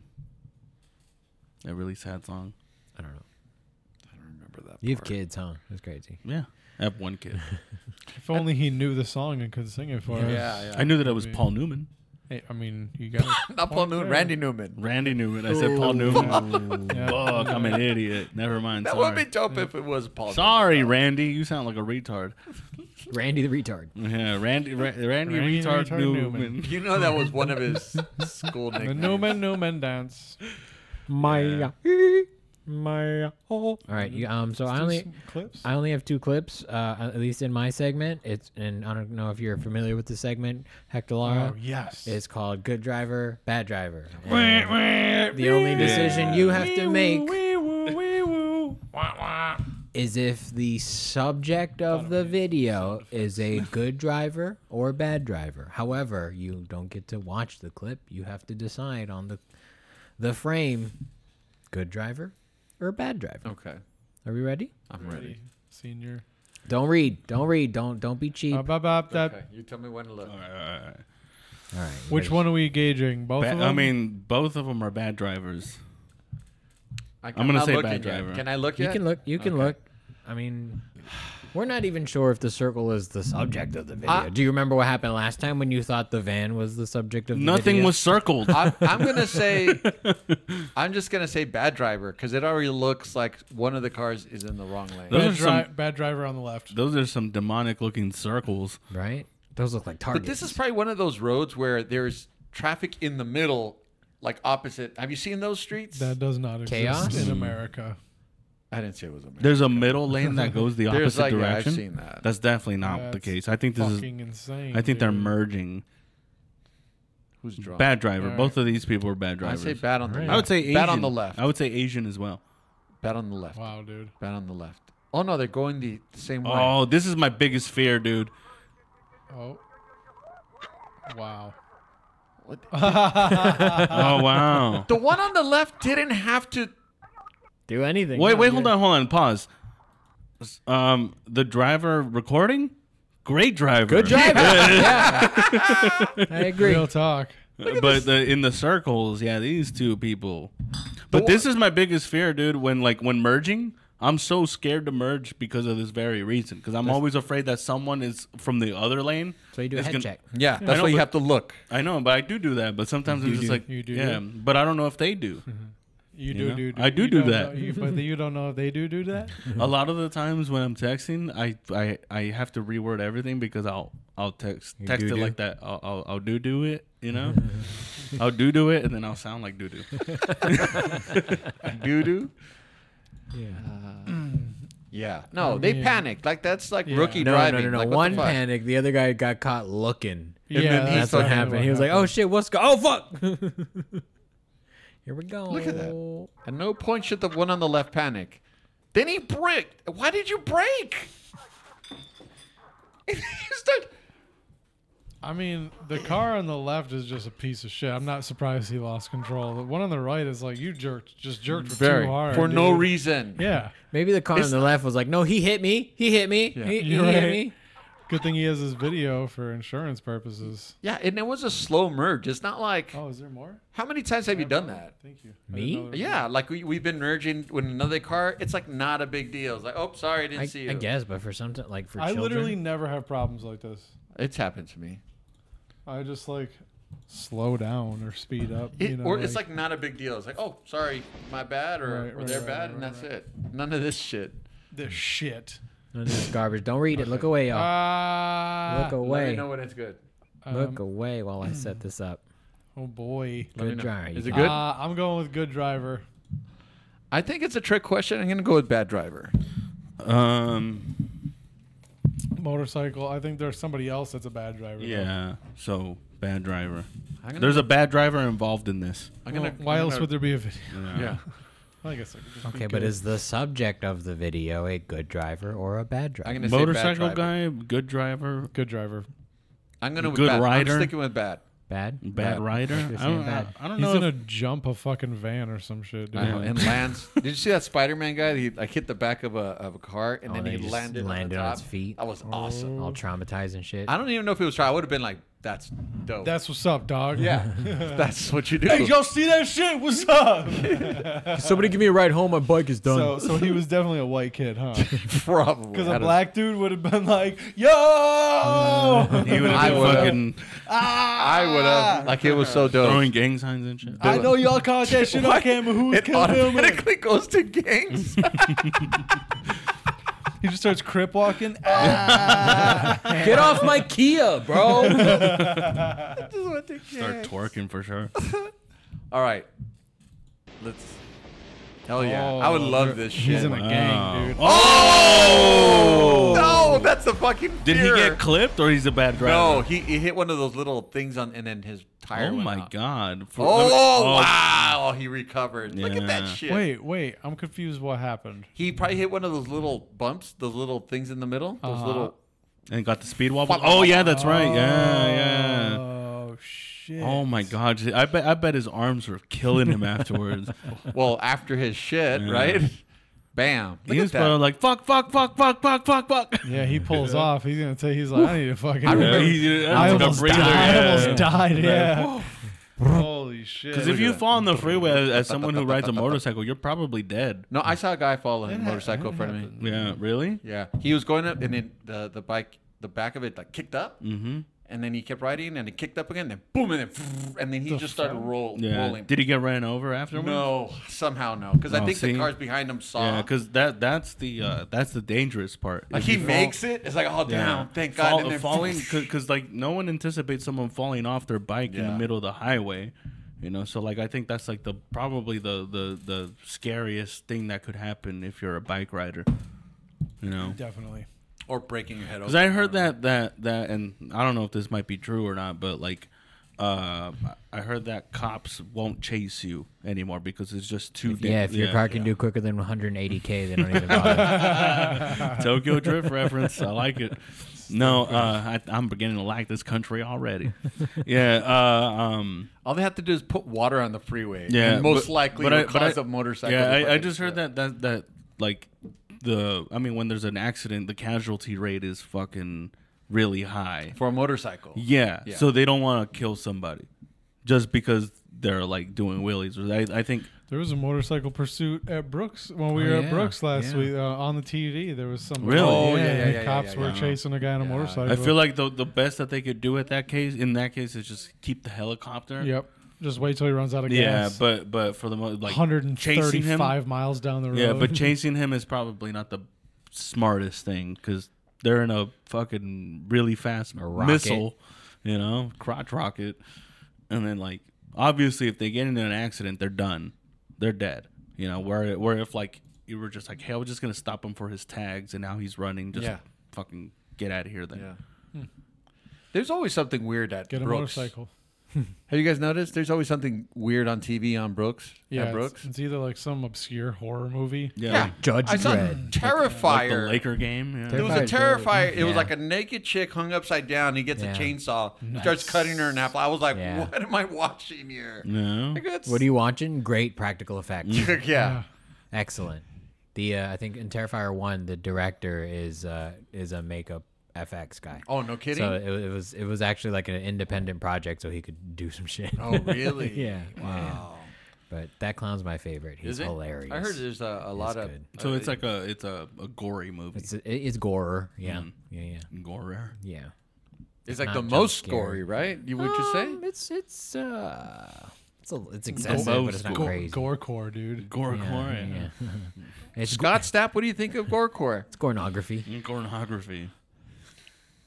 [SPEAKER 3] That really sad song.
[SPEAKER 1] I don't know.
[SPEAKER 2] I don't remember that.
[SPEAKER 1] You have
[SPEAKER 2] part.
[SPEAKER 1] kids, huh? That's crazy.
[SPEAKER 3] Yeah. I have one kid.
[SPEAKER 4] If only he knew the song and could sing it for us.
[SPEAKER 2] Yeah, yeah.
[SPEAKER 3] I knew that it was Paul Newman.
[SPEAKER 4] Hey, I mean, you got
[SPEAKER 2] Not Paul Newman. Randy Newman.
[SPEAKER 3] Randy Newman. I said Paul Newman.
[SPEAKER 4] Yeah.
[SPEAKER 3] Fuck, I'm an idiot. Never mind.
[SPEAKER 2] That would
[SPEAKER 3] sorry.
[SPEAKER 2] be dope if it was Paul.
[SPEAKER 3] Sorry, Randy. You sound like a retard.
[SPEAKER 1] Randy the retard.
[SPEAKER 3] Yeah, Randy, Ra- Randy,
[SPEAKER 4] Randy
[SPEAKER 3] retard,
[SPEAKER 4] retard
[SPEAKER 3] Newman.
[SPEAKER 4] Newman.
[SPEAKER 2] Newman. You know that was one of his school
[SPEAKER 4] the
[SPEAKER 2] nicknames.
[SPEAKER 4] no man, no man dance.
[SPEAKER 1] Maya.
[SPEAKER 4] My whole
[SPEAKER 1] All right. You, um. So I only
[SPEAKER 4] clips.
[SPEAKER 1] I only have two clips. Uh, at least in my segment, it's and I don't know if you're familiar with the segment, Hector Lara.
[SPEAKER 4] oh yes.
[SPEAKER 1] It's called Good Driver, Bad Driver.
[SPEAKER 4] Wah,
[SPEAKER 1] And
[SPEAKER 4] wah,
[SPEAKER 1] the only
[SPEAKER 4] wee,
[SPEAKER 1] decision you have to
[SPEAKER 4] wee,
[SPEAKER 1] make
[SPEAKER 4] wee, woo, wee, woo. Wah, wah.
[SPEAKER 1] is if the subject of the video is a good driver or bad driver. However, you don't get to watch the clip. You have to decide on the the frame, good driver or bad driver.
[SPEAKER 2] Okay,
[SPEAKER 1] Are we ready?
[SPEAKER 2] I'm ready.
[SPEAKER 4] Senior.
[SPEAKER 1] Don't read. Don't read. Don't don't be cheap.
[SPEAKER 4] Up, up, up, that-
[SPEAKER 2] Okay, you tell me when to look.
[SPEAKER 3] Uh,
[SPEAKER 1] All right.
[SPEAKER 4] Which one are we gauging? Both
[SPEAKER 3] ba-
[SPEAKER 4] of them.
[SPEAKER 3] I mean, both of them are bad drivers.
[SPEAKER 2] I,
[SPEAKER 3] gonna
[SPEAKER 2] not
[SPEAKER 3] say
[SPEAKER 2] looking
[SPEAKER 3] bad
[SPEAKER 2] yet.
[SPEAKER 3] driver.
[SPEAKER 2] Can I look
[SPEAKER 1] You
[SPEAKER 2] yet?
[SPEAKER 1] can look. You can
[SPEAKER 2] Okay.
[SPEAKER 1] look. I mean, We're not even sure if the circle is the subject of the video. Do you remember what happened last time when you thought the van was the subject of the
[SPEAKER 3] Nothing
[SPEAKER 1] video?
[SPEAKER 3] was circled.
[SPEAKER 2] I'm, I'm gonna say, I'm just gonna say bad driver because it already looks like one of the cars is in the wrong lane.
[SPEAKER 3] Those
[SPEAKER 4] Bad,
[SPEAKER 3] are some-
[SPEAKER 4] dri- bad driver on the left.
[SPEAKER 3] Those are some demonic looking circles.
[SPEAKER 1] right? Those look like
[SPEAKER 2] But
[SPEAKER 1] targets.
[SPEAKER 2] this is probably one of those roads where there's traffic in the middle, like opposite. Have you seen those streets?
[SPEAKER 4] That does not exist
[SPEAKER 1] Chaos?
[SPEAKER 4] in America.
[SPEAKER 2] I didn't say it was a.
[SPEAKER 3] There's a middle lane that goes the
[SPEAKER 2] There's
[SPEAKER 3] opposite
[SPEAKER 2] like yeah, I've
[SPEAKER 3] direction.
[SPEAKER 2] seen that.
[SPEAKER 3] That's definitely not the
[SPEAKER 4] That's
[SPEAKER 3] case. I think this is.
[SPEAKER 4] Fucking insane.
[SPEAKER 3] I think they're
[SPEAKER 4] dude.
[SPEAKER 3] merging.
[SPEAKER 2] Who's drunk?
[SPEAKER 3] Bad driver.
[SPEAKER 4] All right.
[SPEAKER 3] Both of these people are bad
[SPEAKER 2] I
[SPEAKER 3] drivers.
[SPEAKER 2] say bad on the.
[SPEAKER 4] Right.
[SPEAKER 2] Left.
[SPEAKER 3] I would say Asian.
[SPEAKER 2] bad on the left.
[SPEAKER 3] I would say Asian as well.
[SPEAKER 2] Bad on the left.
[SPEAKER 4] Wow, dude.
[SPEAKER 2] Bad on the left. Oh no, they're going the same way.
[SPEAKER 3] Oh, this is my biggest fear, dude.
[SPEAKER 4] Oh. Wow.
[SPEAKER 2] What-
[SPEAKER 3] Oh wow.
[SPEAKER 2] The one on the left didn't have to.
[SPEAKER 1] Do anything.
[SPEAKER 3] wait, wait, hold on, hold on, pause. S- Um, the driver recording. Great driver.
[SPEAKER 1] Good driver. yeah. I agree.
[SPEAKER 4] Real talk.
[SPEAKER 3] but the, in the circles, yeah, these two people. But this is my biggest fear, dude. When like when merging, I'm so scared to merge because of this very reason. Because I'm always afraid that someone is from the other lane.
[SPEAKER 1] So you do a
[SPEAKER 3] is
[SPEAKER 1] head
[SPEAKER 3] gonna-
[SPEAKER 1] check.
[SPEAKER 2] Yeah,
[SPEAKER 3] I
[SPEAKER 2] that's
[SPEAKER 3] know,
[SPEAKER 2] why you
[SPEAKER 3] but-
[SPEAKER 2] have to look.
[SPEAKER 3] I know, but I do do that. But sometimes I'm just
[SPEAKER 4] do.
[SPEAKER 3] like,
[SPEAKER 4] You do
[SPEAKER 3] yeah.
[SPEAKER 4] do
[SPEAKER 3] But I don't know if they do.
[SPEAKER 4] You
[SPEAKER 3] You
[SPEAKER 4] do
[SPEAKER 3] know?
[SPEAKER 4] do.
[SPEAKER 3] I do
[SPEAKER 4] you
[SPEAKER 3] do
[SPEAKER 4] don't
[SPEAKER 3] that.
[SPEAKER 4] know- you- but you don't know if they do do that.
[SPEAKER 3] a lot of the times when I'm texting, I I, I have to reword everything because I'll I'll text text it
[SPEAKER 1] do-do?
[SPEAKER 3] like that. I'll I'll, I'll do do it, you know. I'll do do it, and then I'll sound like doo doo.
[SPEAKER 2] Doo doo.
[SPEAKER 1] Yeah.
[SPEAKER 2] Yeah. No, they
[SPEAKER 4] mean-
[SPEAKER 2] panicked. Like that's like
[SPEAKER 4] Yeah.
[SPEAKER 2] rookie
[SPEAKER 1] No,
[SPEAKER 2] driving.
[SPEAKER 1] no, no, no.
[SPEAKER 2] Like, what
[SPEAKER 1] One
[SPEAKER 2] the fuck?
[SPEAKER 1] panicked. The other guy got caught looking.
[SPEAKER 4] yeah,
[SPEAKER 1] That's, what
[SPEAKER 4] definitely
[SPEAKER 1] happened. He was like, "Oh shit, what's go? Oh fuck!" Here we go.
[SPEAKER 2] Look at that. At no point should the one on the left panic. Then he bricked. Why did you break? you start.
[SPEAKER 4] I mean, the car on the left is just a piece of shit. I'm not surprised he lost control. The one on the right is like you jerked, just jerked too hard
[SPEAKER 2] for no
[SPEAKER 4] dude.
[SPEAKER 2] reason.
[SPEAKER 4] Yeah,
[SPEAKER 1] Maybe the car on
[SPEAKER 2] It's-
[SPEAKER 1] the left was like, "No, he hit me. He hit me. He, he
[SPEAKER 4] You're
[SPEAKER 1] hit
[SPEAKER 4] right.
[SPEAKER 1] me."
[SPEAKER 4] good thing he has his video for insurance purposes.
[SPEAKER 2] Yeah, and it was a slow merge. It's not like
[SPEAKER 4] Oh, is there more?
[SPEAKER 2] how many times have you done that?
[SPEAKER 4] Thank you.
[SPEAKER 1] Me?
[SPEAKER 2] Yeah, like we, we've been merging with another car. It's like not a big deal. It's like, oh, sorry, I didn't
[SPEAKER 1] I,
[SPEAKER 2] see you.
[SPEAKER 1] I guess, but for some, like for
[SPEAKER 4] I
[SPEAKER 1] children,
[SPEAKER 4] literally never have problems like this.
[SPEAKER 2] It's happened to me.
[SPEAKER 4] I just like slow down or speed up.
[SPEAKER 2] It,
[SPEAKER 4] you know,
[SPEAKER 2] or it's like not a big deal. It's like, oh, sorry, my bad, or,
[SPEAKER 4] Right,
[SPEAKER 2] or
[SPEAKER 4] right,
[SPEAKER 2] their
[SPEAKER 4] right,
[SPEAKER 2] bad,
[SPEAKER 4] right,
[SPEAKER 2] and
[SPEAKER 4] right,
[SPEAKER 2] that's it. None of this shit.
[SPEAKER 4] the shit.
[SPEAKER 1] none of this garbage. Don't read it. Look away, y'all.
[SPEAKER 4] Ah,
[SPEAKER 1] Look
[SPEAKER 2] Uh, Let
[SPEAKER 1] away.
[SPEAKER 2] me know um, when it's good.
[SPEAKER 1] Look away while I set this up.
[SPEAKER 4] um, oh boy.
[SPEAKER 2] Let me
[SPEAKER 1] Good
[SPEAKER 2] know.
[SPEAKER 1] try.
[SPEAKER 2] Is
[SPEAKER 1] You got
[SPEAKER 2] it good?
[SPEAKER 4] Uh, I'm going with good driver.
[SPEAKER 2] I think it's a trick question. I'm gonna go with bad driver.
[SPEAKER 3] Um,
[SPEAKER 4] Motorcycle. I think there's somebody else that's a bad driver. though.
[SPEAKER 3] yeah. So bad driver.
[SPEAKER 2] I'm gonna,
[SPEAKER 3] There's a bad driver involved in this.
[SPEAKER 2] I'm
[SPEAKER 4] Well,
[SPEAKER 2] gonna,
[SPEAKER 4] why
[SPEAKER 2] I'm
[SPEAKER 4] else
[SPEAKER 2] gonna-
[SPEAKER 4] would there be a video?
[SPEAKER 2] Yeah.
[SPEAKER 4] I guess. It could just be
[SPEAKER 1] Okay, but
[SPEAKER 4] good.
[SPEAKER 1] is the subject of the video a good driver or a bad
[SPEAKER 2] I'm
[SPEAKER 1] driver?
[SPEAKER 2] gonna say
[SPEAKER 3] Motorcycle
[SPEAKER 2] bad driver.
[SPEAKER 3] guy, good driver,
[SPEAKER 4] good driver?
[SPEAKER 2] I'm gonna
[SPEAKER 3] good
[SPEAKER 2] with bad.
[SPEAKER 3] rider.
[SPEAKER 2] I'm sticking with bad.
[SPEAKER 1] Bad.
[SPEAKER 3] bad,
[SPEAKER 2] Bad.
[SPEAKER 3] rider.
[SPEAKER 1] You're
[SPEAKER 3] I don't,
[SPEAKER 1] saying bad.
[SPEAKER 3] I, I don't
[SPEAKER 4] He's
[SPEAKER 3] know.
[SPEAKER 4] gonna
[SPEAKER 3] if-
[SPEAKER 4] jump a fucking van or some shit. Dude.
[SPEAKER 2] I know, Uh, and lands. Did you see that Spider-Man guy? He like hit the back of a of a car and
[SPEAKER 1] Oh,
[SPEAKER 2] then
[SPEAKER 1] and
[SPEAKER 2] he
[SPEAKER 1] he just
[SPEAKER 2] landed,
[SPEAKER 1] landed
[SPEAKER 2] on, the
[SPEAKER 1] on
[SPEAKER 2] top.
[SPEAKER 1] his feet. Oh.
[SPEAKER 2] That was awesome.
[SPEAKER 1] All traumatized and shit.
[SPEAKER 2] I don't even know if it was try. I would have been like, "That's dope."
[SPEAKER 4] That's what's up, dog.
[SPEAKER 2] yeah. that's what you do.
[SPEAKER 4] see that shit? What's up?
[SPEAKER 1] Somebody give me a ride home. My bike is done.
[SPEAKER 4] so, so he was definitely a white kid, huh?
[SPEAKER 2] Probably
[SPEAKER 4] Because
[SPEAKER 2] I
[SPEAKER 4] a
[SPEAKER 2] don't-
[SPEAKER 4] black dude would have been like, "Yo,
[SPEAKER 3] he would
[SPEAKER 2] I
[SPEAKER 3] have been
[SPEAKER 2] would've-
[SPEAKER 3] fucking
[SPEAKER 2] I would have. Like it was so dope.
[SPEAKER 3] throwing gang signs and shit.
[SPEAKER 4] I know y'all caught that shit on camera. Who's
[SPEAKER 2] it
[SPEAKER 4] filming?"
[SPEAKER 2] automatically goes to gangs.
[SPEAKER 4] He just starts crip walking. Ah.
[SPEAKER 1] Get off my Kia, bro.
[SPEAKER 3] Start twerking for sure.
[SPEAKER 2] All right, let's. Hell yeah! I would
[SPEAKER 4] Oh,
[SPEAKER 2] love
[SPEAKER 4] they're-
[SPEAKER 2] this shit.
[SPEAKER 4] He's in a gang, dude.
[SPEAKER 3] Oh!
[SPEAKER 2] No, that's the fucking.
[SPEAKER 3] Did he
[SPEAKER 2] fear.
[SPEAKER 3] get clipped or he's a bad driver?
[SPEAKER 2] No, he, he hit one of those little things on, and then his tire.
[SPEAKER 3] Oh
[SPEAKER 2] went
[SPEAKER 3] my
[SPEAKER 2] out.
[SPEAKER 3] god. For-
[SPEAKER 2] Oh,
[SPEAKER 3] let me- oh.
[SPEAKER 2] wow! Oh, He recovered. Look at that
[SPEAKER 3] Yeah.
[SPEAKER 2] shit.
[SPEAKER 4] Wait, wait. I'm confused. What happened?
[SPEAKER 2] He probably hit one of those little bumps, those little things in the middle. Those
[SPEAKER 4] Uh-huh.
[SPEAKER 2] little.
[SPEAKER 3] And got the speed wobble.
[SPEAKER 2] Fuck.
[SPEAKER 3] Oh yeah, that's right. Yeah,
[SPEAKER 4] Oh shit.
[SPEAKER 3] yeah. Oh my god. I bet I bet his arms were killing him afterwards.
[SPEAKER 2] Well, after his shit,
[SPEAKER 3] Yeah.
[SPEAKER 2] right? Bam! Look
[SPEAKER 3] he
[SPEAKER 2] at
[SPEAKER 3] was
[SPEAKER 2] that.
[SPEAKER 3] probably like fuck fuck fuck fuck fuck fuck fuck.
[SPEAKER 4] Yeah, he pulls off. He's gonna take. He's like, I need a fucking.
[SPEAKER 3] Yeah, he- that
[SPEAKER 4] I
[SPEAKER 3] was like a
[SPEAKER 4] almost
[SPEAKER 3] breather,
[SPEAKER 4] died. I
[SPEAKER 3] yeah.
[SPEAKER 4] almost died. Yeah. Holy
[SPEAKER 5] Holy shit!
[SPEAKER 3] Because if you fall on the freeway as someone who rides a motorcycle, you're probably dead.
[SPEAKER 2] No, I saw a guy fall on a motorcycle in front of me.
[SPEAKER 3] Yeah, really?
[SPEAKER 2] Yeah, he was going up, and then the the bike, the back of it, like kicked up, mm-hmm. and then he kept riding, and it kicked up again, and then boom, and then and then he just started roll,
[SPEAKER 3] Yeah.
[SPEAKER 2] rolling.
[SPEAKER 3] Did he get ran over afterwards?
[SPEAKER 2] no, somehow no, because I
[SPEAKER 3] Oh,
[SPEAKER 2] think
[SPEAKER 3] see?
[SPEAKER 2] the cars behind him saw.
[SPEAKER 3] Yeah, because that that's the uh, that's the dangerous part.
[SPEAKER 2] like
[SPEAKER 3] If
[SPEAKER 2] he
[SPEAKER 3] you fall-
[SPEAKER 2] makes it. It's like, oh damn, thank God.
[SPEAKER 3] Fall-
[SPEAKER 2] and then
[SPEAKER 3] falling because like no one anticipates someone falling off their bike in the
[SPEAKER 2] Yeah.
[SPEAKER 3] middle of the highway, you know. So like I think that's like the probably the the the scariest thing that could happen if you're a bike rider, you know.
[SPEAKER 4] Definitely.
[SPEAKER 2] or breaking your head.
[SPEAKER 3] Because I heard that that that, and I don't know if this might be true or not, but like, uh, I heard that cops won't chase you anymore because it's just too.
[SPEAKER 1] If- yeah, if your car can do quicker than 180k, they don't even bother.
[SPEAKER 3] Tokyo Drift reference. I like it. No, uh, I, I'm beginning to like this country already. yeah, uh, um,
[SPEAKER 2] All they have to do is put water on the freeway.
[SPEAKER 3] yeah.
[SPEAKER 2] and most
[SPEAKER 3] but-
[SPEAKER 2] likely,
[SPEAKER 3] but
[SPEAKER 2] it'll
[SPEAKER 3] I- but
[SPEAKER 2] cause
[SPEAKER 3] I-
[SPEAKER 2] a motorcycle.
[SPEAKER 3] Yeah,
[SPEAKER 2] to
[SPEAKER 3] I, I
[SPEAKER 2] fucking-
[SPEAKER 3] just heard that that that like the. I mean, when there's an accident, the casualty rate is fucking really high.
[SPEAKER 2] for a motorcycle.
[SPEAKER 3] Yeah.
[SPEAKER 2] Yeah.
[SPEAKER 3] So they don't want to kill somebody just because they're like doing willies. I, I think
[SPEAKER 4] There was a motorcycle pursuit at Brooks when we
[SPEAKER 1] Oh,
[SPEAKER 4] were
[SPEAKER 1] yeah,
[SPEAKER 4] at Brooks last
[SPEAKER 1] yeah.
[SPEAKER 4] week uh, on the TV. There was some
[SPEAKER 3] Really?
[SPEAKER 2] Oh, yeah, yeah,
[SPEAKER 4] and
[SPEAKER 2] yeah,
[SPEAKER 4] cops
[SPEAKER 2] yeah,
[SPEAKER 4] were
[SPEAKER 2] yeah.
[SPEAKER 4] chasing a guy on a
[SPEAKER 2] Yeah.
[SPEAKER 4] motorcycle.
[SPEAKER 3] I feel like the the best that they could do at that case in that case is just keep the helicopter.
[SPEAKER 4] Yep. Just wait till he runs out of
[SPEAKER 3] Yeah,
[SPEAKER 4] gas.
[SPEAKER 3] but but for the most like chasing him.
[SPEAKER 4] 135 miles down the road.
[SPEAKER 3] Yeah, but chasing him is probably not the smartest thing because they're in a fucking really fast
[SPEAKER 1] A rocket.
[SPEAKER 3] missile, you know, crotch rocket, and then like obviously if they get into an accident, they're done, they're dead. You know, where where if like you were just like, hey, I was just gonna stop him for his tags, and now he's running, just
[SPEAKER 2] Yeah.
[SPEAKER 3] fucking get out of here then.
[SPEAKER 2] Yeah. Hmm. There's always something weird at
[SPEAKER 4] get a
[SPEAKER 2] Brooks.
[SPEAKER 4] motorcycle.
[SPEAKER 2] Have you guys noticed? There's always something weird on TV on Brooks.
[SPEAKER 4] Yeah,
[SPEAKER 2] at
[SPEAKER 4] it's-
[SPEAKER 2] Brooks.
[SPEAKER 4] It's, either like some obscure horror movie.
[SPEAKER 3] Yeah,
[SPEAKER 2] Yeah.
[SPEAKER 3] like-
[SPEAKER 1] Judge
[SPEAKER 2] I saw
[SPEAKER 1] Dredd.
[SPEAKER 3] like
[SPEAKER 2] Terrifier.
[SPEAKER 3] the Laker game.
[SPEAKER 2] It
[SPEAKER 3] Yeah.
[SPEAKER 2] was a
[SPEAKER 1] Terrifier's
[SPEAKER 2] terrifier.
[SPEAKER 1] good.
[SPEAKER 2] It was
[SPEAKER 1] Yeah.
[SPEAKER 2] like a naked chick hung upside down. He gets
[SPEAKER 1] Yeah.
[SPEAKER 2] a chainsaw, starts cutting her in half. I was like,
[SPEAKER 1] Yeah. Mm.
[SPEAKER 2] "What am I watching here?"
[SPEAKER 3] No.
[SPEAKER 2] Like, that's-
[SPEAKER 1] What are you watching? Great practical effects.
[SPEAKER 2] yeah.
[SPEAKER 1] Excellent. The uh, I think in Terrifier one, the director is uh, is a makeup FX guy.
[SPEAKER 2] Oh no, kidding.
[SPEAKER 1] So it, it was it was actually like an independent project, so he could do some shit.
[SPEAKER 2] oh really? Oh.
[SPEAKER 1] yeah. yeah.
[SPEAKER 2] Wow.
[SPEAKER 1] But that clown's my favorite. He's
[SPEAKER 2] Is it?
[SPEAKER 1] hilarious.
[SPEAKER 2] I heard there's a, a lot of. uh,
[SPEAKER 1] good.
[SPEAKER 3] So it's like a it's a, a gory movie.
[SPEAKER 1] It's it's gore. Yeah.
[SPEAKER 2] Mm.
[SPEAKER 1] Yeah. Yeah.
[SPEAKER 3] Gore.
[SPEAKER 1] Yeah.
[SPEAKER 2] It's like
[SPEAKER 1] not
[SPEAKER 2] the
[SPEAKER 1] jump
[SPEAKER 2] most
[SPEAKER 1] scare.
[SPEAKER 2] gory, right? You would you say?
[SPEAKER 1] Um, it's it's uh it's a, it's excessive, but it's not
[SPEAKER 3] Gore-
[SPEAKER 1] crazy.
[SPEAKER 4] Gore core, dude.
[SPEAKER 3] Gore
[SPEAKER 1] Yeah, yeah, yeah. it's go-
[SPEAKER 2] Scott Stapp, what do you think of gorecore?
[SPEAKER 1] it's pornography.
[SPEAKER 3] Pornography.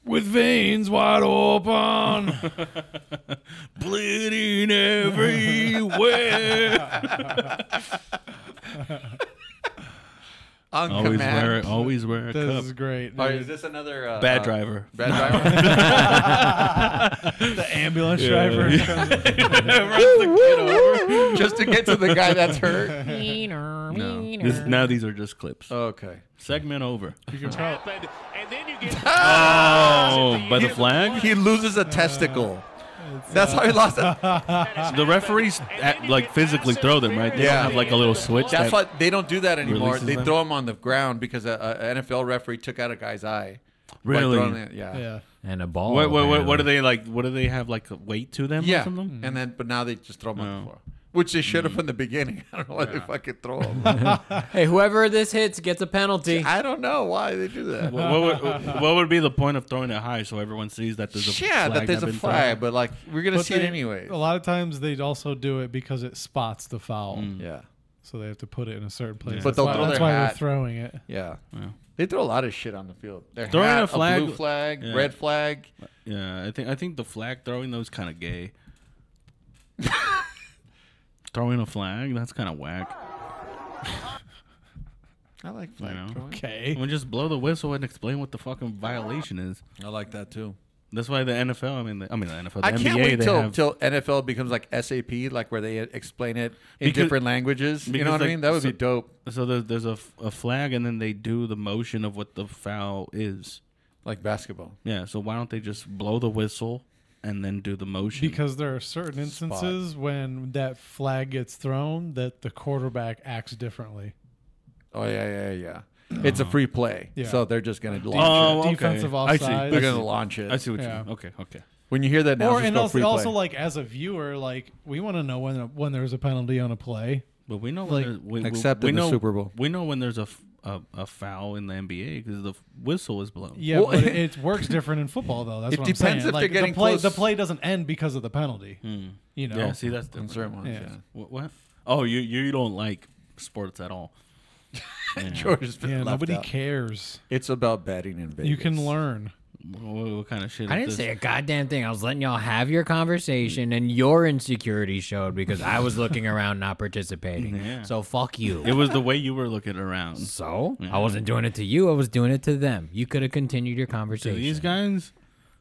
[SPEAKER 4] With veins wide open.
[SPEAKER 3] Bleeding everywhere.
[SPEAKER 2] On
[SPEAKER 3] always
[SPEAKER 2] command.
[SPEAKER 3] wear always wear a
[SPEAKER 4] this
[SPEAKER 3] cup.
[SPEAKER 4] is great.
[SPEAKER 2] All right, Oh, is this another uh,
[SPEAKER 3] Bad
[SPEAKER 2] uh,
[SPEAKER 3] driver.
[SPEAKER 2] Bad driver.
[SPEAKER 4] the ambulance
[SPEAKER 3] Yeah.
[SPEAKER 4] driver.
[SPEAKER 2] Just to get to the guy that's hurt.
[SPEAKER 3] No. This, now these are just clips.
[SPEAKER 2] Okay.
[SPEAKER 3] Segment over.
[SPEAKER 4] You can tell.
[SPEAKER 5] and then you get
[SPEAKER 3] Oh, by the flag?
[SPEAKER 2] He loses a testicle. That's how he lost it.
[SPEAKER 3] The referees at, like physically throw them, right? They
[SPEAKER 2] Yeah.
[SPEAKER 3] don't have like a little switch.
[SPEAKER 2] That's
[SPEAKER 3] that,
[SPEAKER 2] why they don't do that anymore.
[SPEAKER 3] Releases
[SPEAKER 2] They
[SPEAKER 3] them?
[SPEAKER 2] throw him on the ground because an NFL referee took out a guy's eye. by
[SPEAKER 3] Really? Oh,
[SPEAKER 2] throwing it- yeah. Yeah.
[SPEAKER 4] Yeah.
[SPEAKER 1] And a ball.
[SPEAKER 3] What, what, what, what do
[SPEAKER 1] apparently.
[SPEAKER 3] they like? What do they have like a weight to them Oh. Mm. or something?
[SPEAKER 2] And then, but now they just throw him on
[SPEAKER 3] No.
[SPEAKER 2] the floor, which they should have from the beginning. I don't know why they fucking throw him.
[SPEAKER 1] Hey, whoever this hits gets a penalty.
[SPEAKER 2] I don't know why they do that.
[SPEAKER 3] What, what, would, what would be the point of throwing it high so everyone sees that there's a
[SPEAKER 2] yeah,
[SPEAKER 3] flag
[SPEAKER 2] that there's
[SPEAKER 3] had
[SPEAKER 2] a
[SPEAKER 3] been thrown?
[SPEAKER 2] flag, but like we're gonna
[SPEAKER 4] But
[SPEAKER 2] see it
[SPEAKER 4] they-
[SPEAKER 2] anyway.
[SPEAKER 4] A lot of times they'd also do it because it spots the foul,
[SPEAKER 2] Yeah,
[SPEAKER 4] so they have to put it in a certain place.
[SPEAKER 2] But
[SPEAKER 4] that's
[SPEAKER 2] they'll
[SPEAKER 4] why,
[SPEAKER 2] throw
[SPEAKER 4] that's
[SPEAKER 2] their
[SPEAKER 4] why
[SPEAKER 2] hat.
[SPEAKER 4] they're throwing it.
[SPEAKER 2] yeah.
[SPEAKER 3] Yeah.
[SPEAKER 2] They throw a lot of shit on the field. Their
[SPEAKER 3] Throwing
[SPEAKER 2] hat,
[SPEAKER 3] a flag-
[SPEAKER 2] blue flag,
[SPEAKER 3] yeah.
[SPEAKER 2] red flag.
[SPEAKER 3] Yeah, I think I think the flag throwing though is kind of gay. throwing a flag, that's kind of whack.
[SPEAKER 2] I like flag.
[SPEAKER 3] know.
[SPEAKER 2] throwing.
[SPEAKER 4] Okay.
[SPEAKER 3] Well, just blow the whistle and explain what the fucking violation is.
[SPEAKER 2] I like that too.
[SPEAKER 3] That's why the NFL. I mean, the, I mean the NFL. The
[SPEAKER 2] I
[SPEAKER 3] NBA,
[SPEAKER 2] can't wait
[SPEAKER 3] they
[SPEAKER 2] till,
[SPEAKER 3] have,
[SPEAKER 2] till NFL becomes like SAP, like where they explain it in
[SPEAKER 3] Because-
[SPEAKER 2] different languages. You
[SPEAKER 3] because,
[SPEAKER 2] know what
[SPEAKER 3] like,
[SPEAKER 2] I mean? That would
[SPEAKER 3] so-
[SPEAKER 2] be dope.
[SPEAKER 3] so there's, there's a, f- a flag and then they do the motion of what the foul is.
[SPEAKER 2] Like basketball.
[SPEAKER 3] Yeah. So why don't they just blow the whistle and then do the motion?
[SPEAKER 4] Because there are certain instances when that flag gets thrown that the quarterback acts differently.
[SPEAKER 2] Oh yeah, yeah, yeah. It's a free play,
[SPEAKER 4] Uh-huh. Yeah.
[SPEAKER 2] so they're just gonna launch
[SPEAKER 3] oh,
[SPEAKER 2] it.
[SPEAKER 3] okay.
[SPEAKER 4] Defensive
[SPEAKER 3] I see.
[SPEAKER 4] offside.
[SPEAKER 2] They're
[SPEAKER 4] I
[SPEAKER 2] gonna
[SPEAKER 4] see.
[SPEAKER 2] launch it.
[SPEAKER 3] I see what
[SPEAKER 4] Yeah.
[SPEAKER 3] you mean. Okay. Okay.
[SPEAKER 2] When you hear that now,
[SPEAKER 4] or
[SPEAKER 2] just
[SPEAKER 4] and
[SPEAKER 2] go
[SPEAKER 4] also,
[SPEAKER 2] free
[SPEAKER 4] also
[SPEAKER 2] play.
[SPEAKER 4] like as a viewer, like we want to know when when there's a penalty on a play.
[SPEAKER 3] But we know
[SPEAKER 4] Like-
[SPEAKER 3] when there's- we, we-
[SPEAKER 2] Except
[SPEAKER 3] we
[SPEAKER 2] in the
[SPEAKER 3] know-
[SPEAKER 2] Super Bowl.
[SPEAKER 3] We know when there's a f- a, a foul in the NBA because the f- whistle is blown.
[SPEAKER 4] Yeah,
[SPEAKER 2] Well-
[SPEAKER 4] but it, it works different in football though. That's
[SPEAKER 2] It
[SPEAKER 4] what
[SPEAKER 2] depends
[SPEAKER 4] I'm saying.
[SPEAKER 2] if they're
[SPEAKER 4] like,
[SPEAKER 2] getting
[SPEAKER 4] the play,
[SPEAKER 2] close. Hmm.
[SPEAKER 4] The play doesn't end because of the penalty. You know.
[SPEAKER 3] Yeah, see that's
[SPEAKER 2] On
[SPEAKER 3] different.
[SPEAKER 2] certain ones,
[SPEAKER 4] Yeah.
[SPEAKER 2] yeah.
[SPEAKER 3] What, what? Oh, you you don't like sports at all. Yeah.
[SPEAKER 2] George has been
[SPEAKER 4] Yeah,
[SPEAKER 2] left
[SPEAKER 4] nobody
[SPEAKER 2] out.
[SPEAKER 4] cares.
[SPEAKER 2] It's about betting in Vegas.
[SPEAKER 4] You can learn.
[SPEAKER 3] What, what kind of shit?
[SPEAKER 1] I
[SPEAKER 3] is
[SPEAKER 1] didn't
[SPEAKER 3] this?
[SPEAKER 1] say a goddamn thing. I was letting y'all have your conversation, and your insecurity showed because I was looking around, not participating.
[SPEAKER 3] Yeah.
[SPEAKER 1] So fuck you.
[SPEAKER 3] It was the way you were looking around.
[SPEAKER 1] so I wasn't doing it to you. I was doing it to them. You could have continued your
[SPEAKER 3] So
[SPEAKER 1] conversation.
[SPEAKER 3] these guys,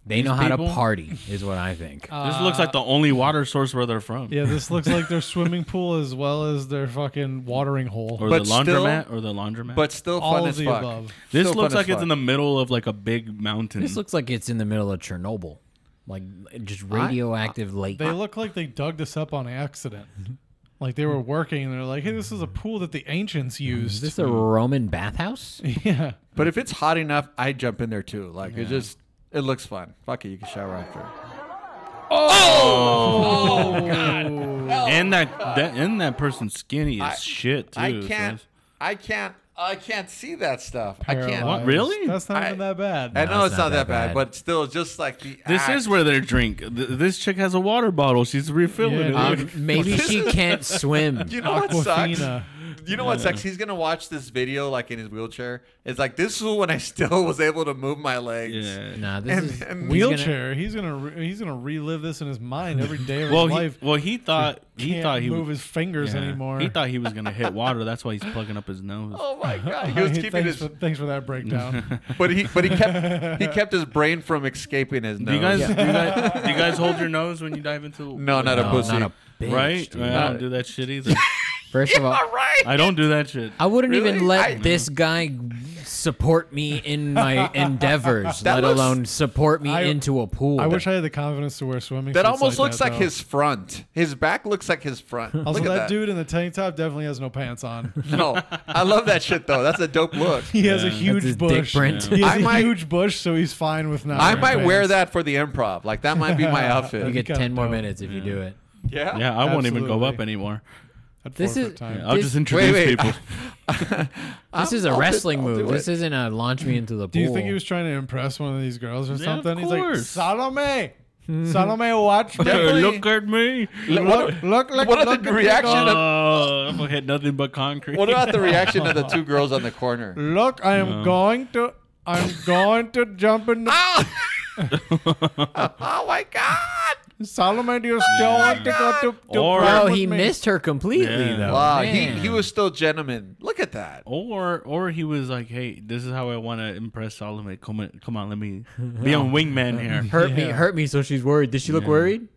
[SPEAKER 1] they know how to
[SPEAKER 3] people- Um,
[SPEAKER 1] party, is what I think.
[SPEAKER 3] this looks
[SPEAKER 1] Uh,
[SPEAKER 3] like the only water source where they're from.
[SPEAKER 4] Yeah, this looks like their swimming pool as well as their fucking watering hole.
[SPEAKER 3] Or
[SPEAKER 2] But
[SPEAKER 3] the
[SPEAKER 2] still-
[SPEAKER 3] laundromat, or the laundromat.
[SPEAKER 2] but still fun
[SPEAKER 4] all of
[SPEAKER 2] as
[SPEAKER 4] the
[SPEAKER 2] fuck.
[SPEAKER 4] above.
[SPEAKER 3] this
[SPEAKER 2] Still
[SPEAKER 3] looks
[SPEAKER 2] fun as
[SPEAKER 3] like it's
[SPEAKER 2] fuck.
[SPEAKER 3] in the middle of like a big mountain.
[SPEAKER 1] this looks like it's in the middle of Chernobyl, like just radioactive lake.
[SPEAKER 4] They look like they dug this up on accident. Like they were working and they're like, hey, this is a pool that the ancients
[SPEAKER 2] Mm,
[SPEAKER 1] Is
[SPEAKER 4] used.
[SPEAKER 1] this a Roman bathhouse?
[SPEAKER 4] yeah.
[SPEAKER 2] But if it's hot enough, I jump in there too. Like it just it looks fun. Fuck it, you can shower after.
[SPEAKER 1] Oh,
[SPEAKER 3] and that, that and that person's skinny as
[SPEAKER 2] I-
[SPEAKER 3] shit too.
[SPEAKER 2] I
[SPEAKER 3] so
[SPEAKER 2] can't.
[SPEAKER 3] it's-
[SPEAKER 2] I can't. I can't see that stuff. I can't.
[SPEAKER 4] Paralyzed.
[SPEAKER 3] really?
[SPEAKER 4] That's not
[SPEAKER 2] I-
[SPEAKER 4] even that bad.
[SPEAKER 2] I know it's not, that bad, but still, just like the.
[SPEAKER 3] This
[SPEAKER 2] act-
[SPEAKER 3] is where they drink. Th- This chick has a water bottle. She's refilling
[SPEAKER 4] Yeah,
[SPEAKER 3] it.
[SPEAKER 1] Um, maybe she can't swim.
[SPEAKER 2] You know what sucks?
[SPEAKER 4] Aquafina.
[SPEAKER 2] You know what sucks? He's gonna watch this video like in his wheelchair. It's like this is when I still was able to move my legs.
[SPEAKER 3] yeah.
[SPEAKER 1] Nah, this
[SPEAKER 2] And-
[SPEAKER 1] is
[SPEAKER 2] and
[SPEAKER 1] he's gonna-
[SPEAKER 4] Wheelchair. He's gonna re- he's gonna relive this in his mind every day of
[SPEAKER 3] Well,
[SPEAKER 4] his
[SPEAKER 3] he,
[SPEAKER 4] life.
[SPEAKER 3] well, he thought he
[SPEAKER 4] Can't
[SPEAKER 3] thought he
[SPEAKER 4] move
[SPEAKER 3] was
[SPEAKER 4] his fingers anymore.
[SPEAKER 3] He thought he was gonna hit water. That's why he's plugging up his nose.
[SPEAKER 2] Oh my god, he was
[SPEAKER 4] Hey,
[SPEAKER 2] keeping
[SPEAKER 4] thanks,
[SPEAKER 2] his,
[SPEAKER 4] for, thanks for that breakdown.
[SPEAKER 2] but he, but he kept, he kept his brain from escaping his nose.
[SPEAKER 3] Do you guys, do you guys do you guys hold your nose when you dive into?
[SPEAKER 2] No, not a
[SPEAKER 1] No,
[SPEAKER 2] pussy.
[SPEAKER 1] not a bitch,
[SPEAKER 3] right?
[SPEAKER 1] dude.
[SPEAKER 3] I don't do that shit either.
[SPEAKER 1] First of all,
[SPEAKER 2] All right.
[SPEAKER 3] I don't do that shit.
[SPEAKER 1] I wouldn't even
[SPEAKER 2] Really?
[SPEAKER 1] let
[SPEAKER 2] I-
[SPEAKER 1] this guy support me in my endeavors,
[SPEAKER 2] That
[SPEAKER 1] let
[SPEAKER 2] looks-
[SPEAKER 1] alone support me
[SPEAKER 4] I-
[SPEAKER 1] into a pool.
[SPEAKER 4] I wish I had the confidence to wear swimming.
[SPEAKER 2] That
[SPEAKER 4] suits
[SPEAKER 2] almost looks
[SPEAKER 4] that,
[SPEAKER 2] like
[SPEAKER 4] though.
[SPEAKER 2] his front. His back looks like his front. Look
[SPEAKER 4] Also,
[SPEAKER 2] at
[SPEAKER 4] that,
[SPEAKER 2] that.
[SPEAKER 4] dude in the tank top definitely has no pants on.
[SPEAKER 2] No, I love that shit though. That's a dope look.
[SPEAKER 4] He has a
[SPEAKER 1] That's his
[SPEAKER 4] huge
[SPEAKER 1] dick
[SPEAKER 4] bush.
[SPEAKER 1] print.
[SPEAKER 4] He has
[SPEAKER 2] I
[SPEAKER 4] a
[SPEAKER 2] might-
[SPEAKER 4] huge bush, so he's fine with not.
[SPEAKER 2] I
[SPEAKER 4] wearing
[SPEAKER 2] might
[SPEAKER 4] pants.
[SPEAKER 2] wear that for the improv. Like that might be my
[SPEAKER 1] you
[SPEAKER 2] outfit.
[SPEAKER 1] get
[SPEAKER 4] That'd be
[SPEAKER 1] ten more
[SPEAKER 4] kinda dope.
[SPEAKER 1] minutes if you do it.
[SPEAKER 2] Yeah.
[SPEAKER 3] Yeah, I won't even go
[SPEAKER 4] Absolutely.
[SPEAKER 3] up anymore.
[SPEAKER 4] I'd
[SPEAKER 1] This
[SPEAKER 4] forfeit
[SPEAKER 1] is-
[SPEAKER 4] time.
[SPEAKER 3] I'll
[SPEAKER 1] This-
[SPEAKER 3] just introduce
[SPEAKER 2] wait.
[SPEAKER 3] people.
[SPEAKER 1] This
[SPEAKER 2] I'm-
[SPEAKER 1] is a
[SPEAKER 2] I'll do-
[SPEAKER 1] wrestling
[SPEAKER 2] I'll
[SPEAKER 1] move.
[SPEAKER 2] do
[SPEAKER 1] This
[SPEAKER 2] it.
[SPEAKER 1] isn't a launch me into the pool.
[SPEAKER 4] Do you think he was trying to impress one of these girls or
[SPEAKER 3] Yeah, of
[SPEAKER 4] something?
[SPEAKER 3] course.
[SPEAKER 4] He's like, Salome, Salome, watch me.
[SPEAKER 2] Definitely.
[SPEAKER 3] Look at me.
[SPEAKER 4] look, look, look.
[SPEAKER 2] What
[SPEAKER 4] look
[SPEAKER 2] about the reaction? Of,
[SPEAKER 3] Oh, I'm gonna hit nothing but concrete.
[SPEAKER 2] what about the reaction of the two girls on the corner?
[SPEAKER 4] Look, I am going to, I'm going to jump in. The,
[SPEAKER 2] Oh, oh my god!
[SPEAKER 4] Salome, do you
[SPEAKER 2] Oh
[SPEAKER 4] still want to go to? to
[SPEAKER 3] Or-
[SPEAKER 4] prom
[SPEAKER 1] Oh,
[SPEAKER 4] with
[SPEAKER 1] he
[SPEAKER 4] me?
[SPEAKER 1] missed her completely
[SPEAKER 3] Yeah.
[SPEAKER 1] though.
[SPEAKER 2] Wow, he,
[SPEAKER 1] Man.
[SPEAKER 2] he was still gentleman. Look at that.
[SPEAKER 3] Or or he was like, hey, this is how I want to impress Solomon. Come on, come on, let me be on wingman here.
[SPEAKER 1] hurt me,
[SPEAKER 4] Yeah.
[SPEAKER 1] hurt me. So she's worried. Did she look worried?